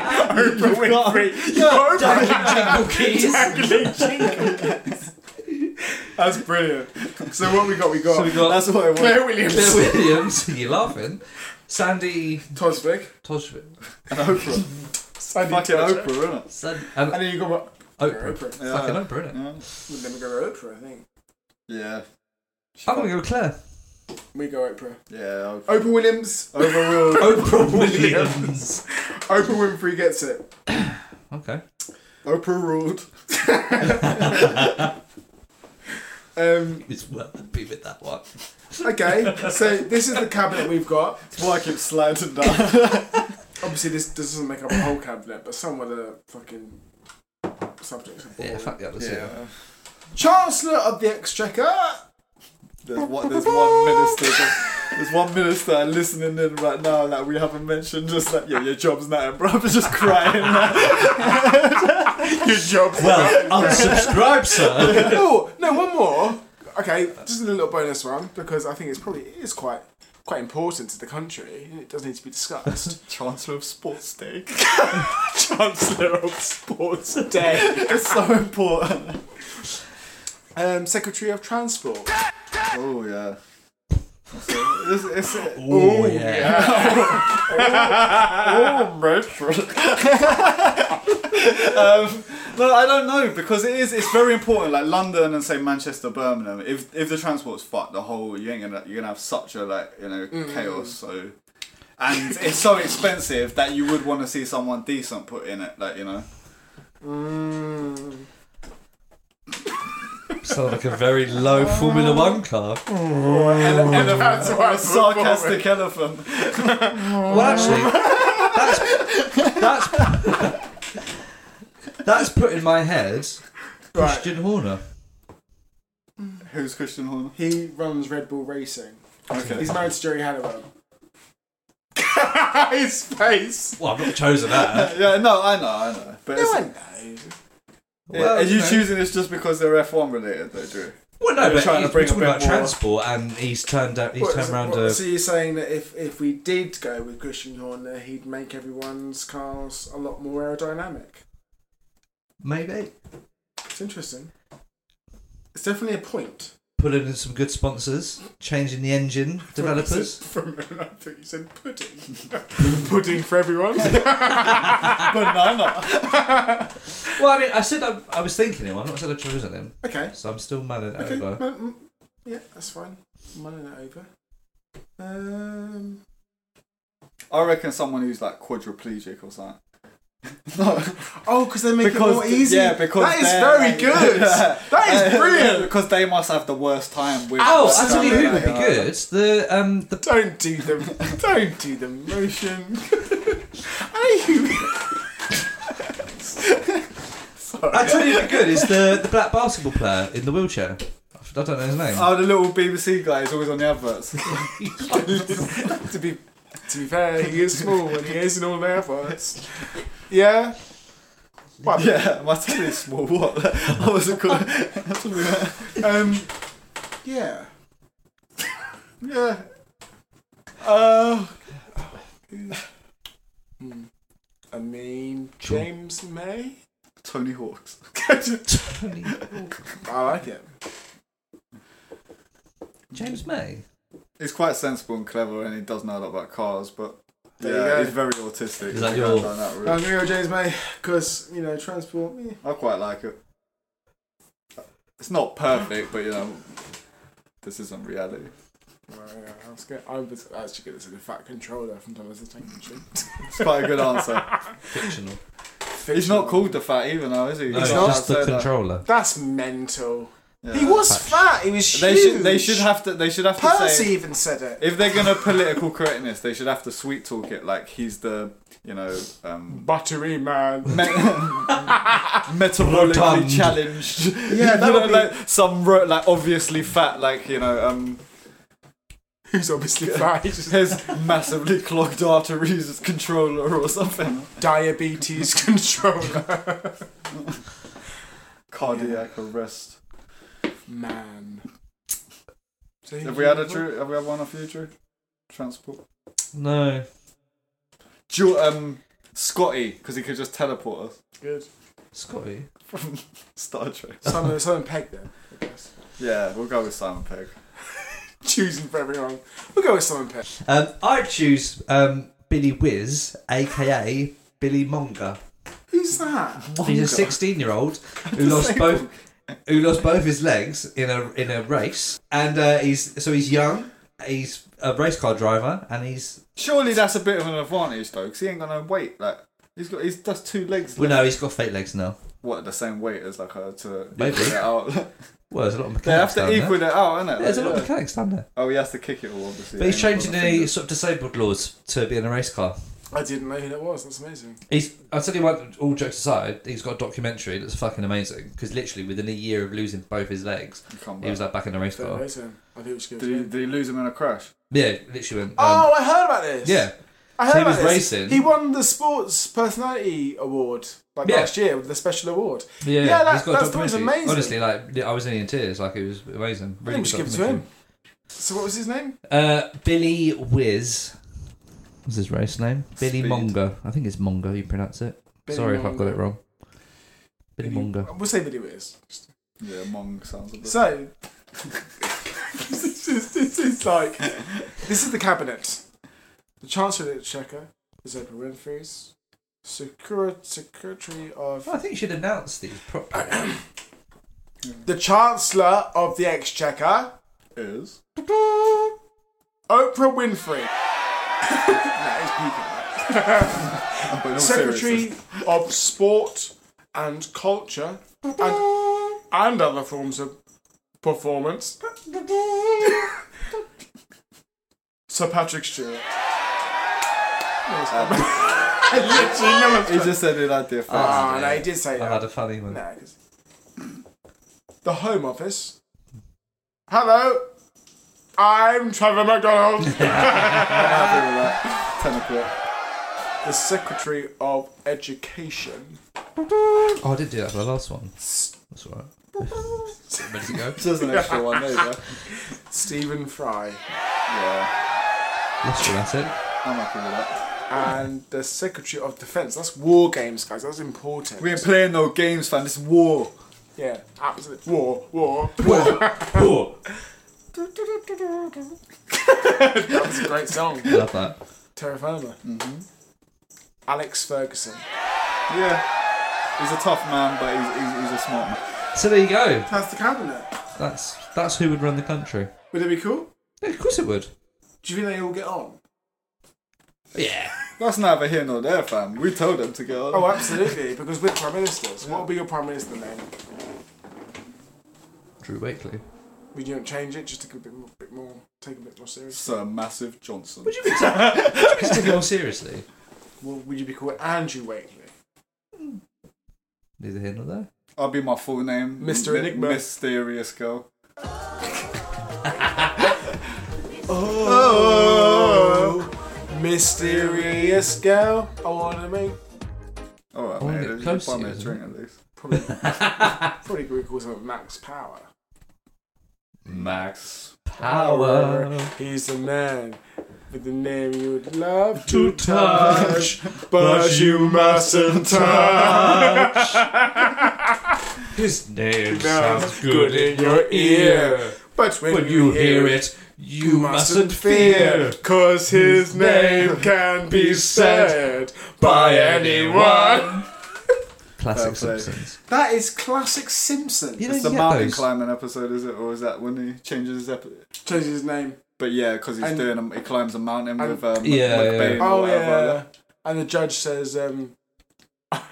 Speaker 1: Oprah
Speaker 3: got-
Speaker 1: Winfrey. You got
Speaker 2: Jingle keys.
Speaker 1: That's brilliant. So what we got? We got.
Speaker 2: So we got
Speaker 3: That's what I want.
Speaker 1: Claire Williams.
Speaker 2: Bill Williams. You're laughing. Sandy
Speaker 1: Tosvig.
Speaker 2: Toshvin.
Speaker 3: An Oprah.
Speaker 1: Sandy
Speaker 3: Fucking
Speaker 1: Toucher.
Speaker 3: Oprah, isn't it?
Speaker 2: San, and
Speaker 1: And then you got what?
Speaker 2: Oprah.
Speaker 1: Oprah.
Speaker 2: Fucking Oprah, innit?
Speaker 1: Well, Then we go Oprah, I think.
Speaker 3: Yeah.
Speaker 2: I'm gonna go with Claire.
Speaker 1: We go Oprah.
Speaker 3: Yeah. Oprah.
Speaker 1: Oprah Williams.
Speaker 3: Overruled.
Speaker 2: Oprah Williams.
Speaker 1: Oprah Winfrey gets it.
Speaker 2: okay.
Speaker 3: Oprah ruled.
Speaker 1: Um,
Speaker 2: It's worth a be with that one.
Speaker 1: okay, so this is the cabinet we've got.
Speaker 3: That's why I keep sliding down.
Speaker 1: Obviously, this doesn't make up a whole cabinet, but some of the fucking subjects. are
Speaker 2: Yeah,
Speaker 1: boring.
Speaker 2: fuck the others. Yeah.
Speaker 3: yeah.
Speaker 1: Chancellor of the Exchequer.
Speaker 3: There's one. There's one minister. There's one minister listening in right now. Like we haven't mentioned. Just like yeah, your job's not, bro. I'm just crying.
Speaker 1: Good job.
Speaker 2: Well, Uh, unsubscribe, sir.
Speaker 1: oh no, one more. Okay, just a little bonus one because I think it's probably it is quite quite important to the country. It does need to be discussed.
Speaker 3: Chancellor of Sports Day.
Speaker 1: Chancellor of Sports Day.
Speaker 3: It's so important.
Speaker 1: Um, Secretary of Transport.
Speaker 3: Oh yeah. It's, it's, it's,
Speaker 2: Oh yeah.
Speaker 3: oh, Metro. um, no, I don't know because it is. It's very important. Like London and say Manchester, Birmingham. If if the transport's fucked, the whole you ain't gonna you're gonna have such a like you know chaos. So. And it's so expensive that you would want to see someone decent put in it, like you know.
Speaker 2: Sound like a very low Formula One car.
Speaker 3: Ele- elephant,
Speaker 1: That's what I thought.
Speaker 3: Oh. sarcastic elephant.
Speaker 2: Well, actually, that's that's that's put in my head.
Speaker 1: Right.
Speaker 2: Christian Horner.
Speaker 3: Who's Christian Horner?
Speaker 1: He runs Red Bull Racing.
Speaker 3: Okay.
Speaker 1: He's married to Jerry Halliwell. His face.
Speaker 2: Well, I've not chosen that.
Speaker 3: Uh, Yeah, no, I know, I know. But
Speaker 1: No
Speaker 3: it's,
Speaker 1: one knows.
Speaker 3: Yeah,
Speaker 2: Well,
Speaker 3: are you
Speaker 2: know.
Speaker 3: choosing this just because they're F1 related, though, Drew?
Speaker 2: Well, no,
Speaker 3: We're
Speaker 2: but
Speaker 3: trying
Speaker 2: he's
Speaker 3: to bring
Speaker 2: we're talking
Speaker 3: a bit
Speaker 2: about
Speaker 3: more-
Speaker 2: transport, and he's turned out. He's
Speaker 1: What
Speaker 2: turned
Speaker 1: is-
Speaker 2: around
Speaker 1: what-
Speaker 2: a.
Speaker 1: so you're saying that if, if we did go with Christian Horner, he'd make everyone's cars a lot more aerodynamic.
Speaker 2: Maybe.
Speaker 1: It's interesting. It's definitely a point.
Speaker 2: pulling in some good sponsors, changing the engine, developers.
Speaker 1: From, I think you said pudding. pudding for everyone.
Speaker 3: Banana.
Speaker 2: well, I mean, I said I, I was thinking him. I'm not said I've chosen him,
Speaker 1: okay.
Speaker 2: so I'm still mulling it
Speaker 1: Okay.
Speaker 2: over.
Speaker 1: mm, mm, Yeah, that's fine. I'm mulling it over. Um,
Speaker 3: I reckon someone who's like quadriplegic or something. no,
Speaker 1: oh, because they make it more
Speaker 3: th-
Speaker 1: easy.
Speaker 3: Yeah, because
Speaker 1: that is
Speaker 3: they're-
Speaker 1: very good. that is
Speaker 3: Uh,
Speaker 1: brilliant.
Speaker 3: Because they must have the worst time. With
Speaker 2: Oh, I
Speaker 3: with
Speaker 2: tell you
Speaker 3: something
Speaker 2: who would be
Speaker 3: like that.
Speaker 2: good. The um the
Speaker 1: Don't do the don't do the motion. I
Speaker 2: I tell you who'd be good is the the black basketball player in the wheelchair. I don't know his name.
Speaker 3: Oh, the little BBC guy is always on the adverts.
Speaker 1: to be to be fair, he is small and he is in all their parts. Yeah. But,
Speaker 3: yeah, my telly is small. What? I wasn't called.
Speaker 1: Um. Yeah. yeah. Uh. hmm. I mean, James May.
Speaker 3: Tony Hawks.
Speaker 1: I like it.
Speaker 2: James May.
Speaker 3: He's quite sensible and clever, and he does know a lot about cars. But uh,
Speaker 1: There
Speaker 3: yeah,
Speaker 1: you go.
Speaker 3: he's very autistic.
Speaker 2: Is that
Speaker 3: He
Speaker 2: your-
Speaker 3: goes down that route.
Speaker 1: I'm gonna go James May because you know transport. eh.
Speaker 3: I quite like it. It's not perfect, but you know, this isn't reality.
Speaker 1: Well, yeah, I was, gonna, I was actually going to say the fat controller from Thomas the Tank Engine.
Speaker 3: It's quite a good answer.
Speaker 2: Fictional.
Speaker 3: He's not called the fat either now, is he?
Speaker 2: No,
Speaker 3: He's
Speaker 1: not.
Speaker 2: just the
Speaker 3: outside that.
Speaker 2: controller.
Speaker 1: That's mental.
Speaker 3: Yeah.
Speaker 1: He was fat. He was huge.
Speaker 3: They should. They should have to. They should have to
Speaker 1: Percy
Speaker 3: say.
Speaker 1: even said it.
Speaker 3: If they're gonna political correctness, they should have to sweet talk it like he's the, you know, um,
Speaker 1: Buttery man.
Speaker 3: me- metabolically
Speaker 2: Rotund.
Speaker 3: challenged.
Speaker 1: Yeah, that
Speaker 3: you know,
Speaker 1: would be-
Speaker 3: like some ro- like obviously fat, like you know, um,
Speaker 1: Who's obviously fat. He's just
Speaker 3: his massively clogged arteries as controller or something.
Speaker 1: diabetes controller.
Speaker 3: Cardiac arrest.
Speaker 1: man. So
Speaker 3: Have we had a Drew? Have we had one off you, Drew? Transport.
Speaker 2: No.
Speaker 3: Drew, um, Scotty, because he could just teleport us
Speaker 1: Good.
Speaker 2: Scotty.
Speaker 3: from Star Trek.
Speaker 1: Simon, Simon Pegg then, I guess.
Speaker 3: Yeah, we'll go with Simon Pegg.
Speaker 1: Choosing for everyone. We'll go with Simon Pegg.
Speaker 2: Um, I choose um, Billy Whiz, aka Billy Monger.
Speaker 1: Who's that?
Speaker 2: He's a 16 year old who lost both who lost both his legs in a in a race, and uh, he's so he's young. He's a race car driver, and he's
Speaker 3: Surely that's a bit of an advantage though, because he ain't got no weight. Like he's got, he's just two legs.
Speaker 2: well,
Speaker 3: left.
Speaker 2: no, he's got fake legs now.
Speaker 3: What the same weight as like her to
Speaker 2: Maybe.
Speaker 3: equal it out.
Speaker 2: Well, there's a lot of
Speaker 3: they have
Speaker 2: mechanics
Speaker 3: to
Speaker 2: down
Speaker 3: equal
Speaker 2: there.
Speaker 3: it out, innit?
Speaker 2: Yeah, there's a
Speaker 3: Like,
Speaker 2: lot of
Speaker 3: yeah.
Speaker 2: mechanics down there.
Speaker 3: Oh, he has to kick it all, obviously.
Speaker 2: But he's
Speaker 3: ain't got
Speaker 2: changing
Speaker 3: the
Speaker 2: the
Speaker 3: fingers.
Speaker 2: sort of disabled laws to being a race car.
Speaker 1: I didn't know who that was. That's amazing.
Speaker 2: He's. I'll tell you what. All jokes aside, he's got a documentary that's fucking amazing. Because literally within a year of losing both his legs,
Speaker 3: Come
Speaker 2: he was
Speaker 3: back.
Speaker 2: like back in the race
Speaker 1: Don't
Speaker 2: car.
Speaker 1: know him. I think we should go
Speaker 3: Did he, did he lose him in a crash?
Speaker 2: Yeah, literally went. Um,
Speaker 1: Oh, I heard about this.
Speaker 2: yeah.
Speaker 1: I
Speaker 2: So
Speaker 1: heard
Speaker 2: he was
Speaker 1: about this.
Speaker 2: racing.
Speaker 1: He won the sports personality award like
Speaker 2: Yeah.
Speaker 1: last year with the special award.
Speaker 2: Yeah,
Speaker 1: Yeah, that-
Speaker 2: he's got a
Speaker 1: that story's
Speaker 2: documentary.
Speaker 1: amazing.
Speaker 2: Honestly, like I was nearly in tears. Like it was amazing.
Speaker 1: I
Speaker 2: Really
Speaker 1: think we should
Speaker 2: good
Speaker 1: give it to him. So what was his name?
Speaker 2: documentary. Uh, Billy Whiz. What's his race name? Billy
Speaker 3: Speed.
Speaker 2: Monger. I think it's Monger. You pronounce it.
Speaker 1: Billy
Speaker 2: Sorry if I've got
Speaker 1: Monger.
Speaker 2: it wrong. Billy Monger.
Speaker 1: We'll say Billy Wears.
Speaker 3: Yeah, Mong sounds a bit.
Speaker 1: So this, is, this is like this is the cabinet. The Chancellor of the Exchequer is Oprah Winfrey's. Secure, secretary of
Speaker 2: I think you should announce these properly.
Speaker 1: the Chancellor of the Exchequer,
Speaker 3: is.
Speaker 1: Oprah Winfrey.
Speaker 3: But in all
Speaker 1: Secretary
Speaker 3: seriousness-
Speaker 1: of Sport and Culture and, and other forms of performance. Sir Patrick Stewart. I
Speaker 2: Um,
Speaker 1: literally know it's
Speaker 3: He just said it like the effect.
Speaker 1: Ah, no, he did say
Speaker 2: I had
Speaker 1: that.
Speaker 2: a funny one.
Speaker 1: No, 'cause- the Home Office. Hello, I'm Trevor McDonald.
Speaker 3: Ten o'clock.
Speaker 1: the Secretary of Education.
Speaker 2: Oh, I did do that for the last one. That's all right. Ready to go?
Speaker 3: Just an extra one there, you go.
Speaker 1: Stephen Fry.
Speaker 3: Yeah,
Speaker 2: That's all, that's it.
Speaker 3: I'm happy with that.
Speaker 1: and the Secretary of Defence. That's war games, guys. That's important.
Speaker 3: We ain't playing no games, fam. This is war.
Speaker 1: Yeah, absolute war, war.
Speaker 2: Ooh,
Speaker 1: That was a great song.
Speaker 2: I love that.
Speaker 1: Terra Firma. Mm-hmm. Alex Ferguson.
Speaker 3: Yeah. He's a tough man, but he's, he's, he's a smart man.
Speaker 2: So there you go.
Speaker 5: That's the cabinet.
Speaker 2: That's that's who would run the country.
Speaker 5: Would it be cool?
Speaker 2: Yeah, of course it would.
Speaker 5: Do you think they all get on?
Speaker 2: Yeah.
Speaker 3: That's neither here nor there, fam. We told them to go.
Speaker 1: Oh, absolutely, because we're prime ministers. What will be your prime minister name?
Speaker 2: Drew Wakely.
Speaker 1: We don't change it just to keep it a bit more, bit more take it a bit more serious.
Speaker 3: Sir Massive Johnson.
Speaker 2: Would you be ta- would you be taken more seriously?
Speaker 1: What would you be called? Andrew Wakely.
Speaker 2: Neither here nor there.
Speaker 3: I'll be my full name.
Speaker 1: Mr. Enigma.
Speaker 3: Mysterious Girl.
Speaker 1: Mysterious girl. I want to make
Speaker 3: Alright,
Speaker 2: I wanna
Speaker 3: mate.
Speaker 2: get close
Speaker 3: Just buy
Speaker 2: to
Speaker 3: me
Speaker 2: you,
Speaker 3: a drink at least.
Speaker 1: probably probably we call him Max Power.
Speaker 3: Max.
Speaker 2: Power.
Speaker 1: He's a man with the name you would love to touch, but you mustn't touch.
Speaker 2: His name
Speaker 1: sounds good in your ear, but when, you, hear it,
Speaker 2: you
Speaker 1: mustn't fear, cause his name can be said by anyone.
Speaker 2: Classic
Speaker 3: Fair play.
Speaker 2: Simpsons.
Speaker 5: That is classic Simpson.
Speaker 2: You don't
Speaker 3: It's the
Speaker 2: get
Speaker 3: mountain
Speaker 2: those.
Speaker 3: climbing episode, is it? Or is that when he changes his episode?
Speaker 1: Changes his name.
Speaker 3: But yeah, because he's
Speaker 1: And-
Speaker 3: doing a, he climbs a mountain
Speaker 1: and-
Speaker 3: with um,
Speaker 2: Yeah,
Speaker 3: McBain
Speaker 2: yeah.
Speaker 3: or
Speaker 1: Oh
Speaker 3: whatever.
Speaker 1: yeah. And the judge says, um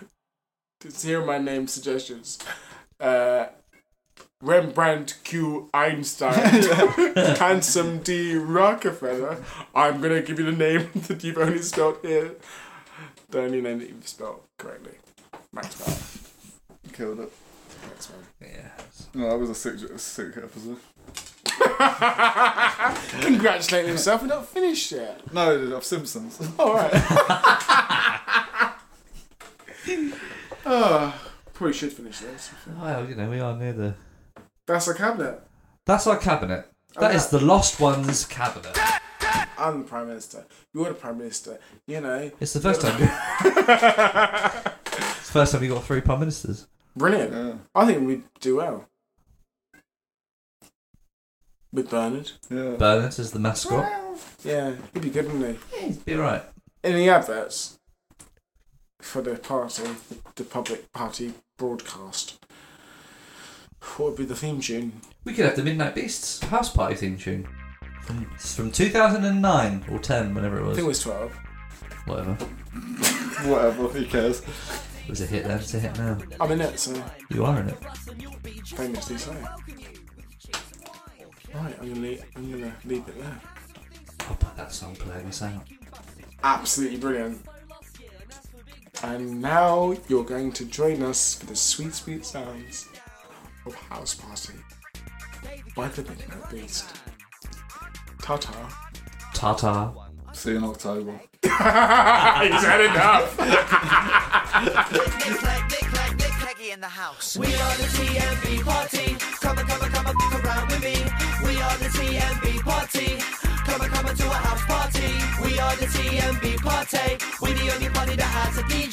Speaker 1: here are my name suggestions. Uh Rembrandt Q Einstein Handsome D Rockefeller. I'm gonna give you the name that you've only spelled here. The only name that you've spelled correctly. Max Bell.
Speaker 3: Killed it.
Speaker 1: Max Bell.
Speaker 2: Yeah.
Speaker 3: No, that was a sick, a sick episode.
Speaker 1: Congratulating himself, we're not finished yet.
Speaker 3: No, of Simpsons.
Speaker 1: Alright. oh, probably should finish this.
Speaker 2: Well, you know, we are near the.
Speaker 1: That's a cabinet.
Speaker 2: That's our cabinet. That is the Lost Ones cabinet.
Speaker 1: I'm the prime minister. You're the prime minister. You know,
Speaker 2: It's the first time. it's the first time you got three prime ministers.
Speaker 1: brilliant.
Speaker 3: Yeah.
Speaker 1: I think we do well with Bernard.
Speaker 3: Yeah.
Speaker 2: Bernard is the mascot.
Speaker 1: Yeah, he'd be good, wouldn't
Speaker 2: Be right.
Speaker 1: he? In the adverts for the party, the, the public party broadcast, what would be the theme tune?
Speaker 2: We could have the Midnight Beasts house party theme tune from from 2009 or 10, whenever it
Speaker 1: I
Speaker 2: was.
Speaker 1: think it was twelve.
Speaker 2: Whatever.
Speaker 3: Whatever, who cares?
Speaker 2: It was a hit then. It's a hit now.
Speaker 1: I'm in it, so
Speaker 2: You are in it.
Speaker 1: famously so. Right, I'm gonna leave, I'm gonna leave it there.
Speaker 2: I'll put that song playing this out.
Speaker 1: absolutely brilliant. And now you're going to join us for the sweet, sweet sounds of House Party by the Midnight Beast. Ta ta.
Speaker 2: Tata.
Speaker 3: See you in October.
Speaker 1: He's had enough.
Speaker 6: Nick Clegg, Nick Clegg, Nick Cleggy in the house. We are the TMB party. Come and come and come and fuck around with me. We are the TMB party. Come and come and to a house party. We are the TMB party. We the only party that has a DJ.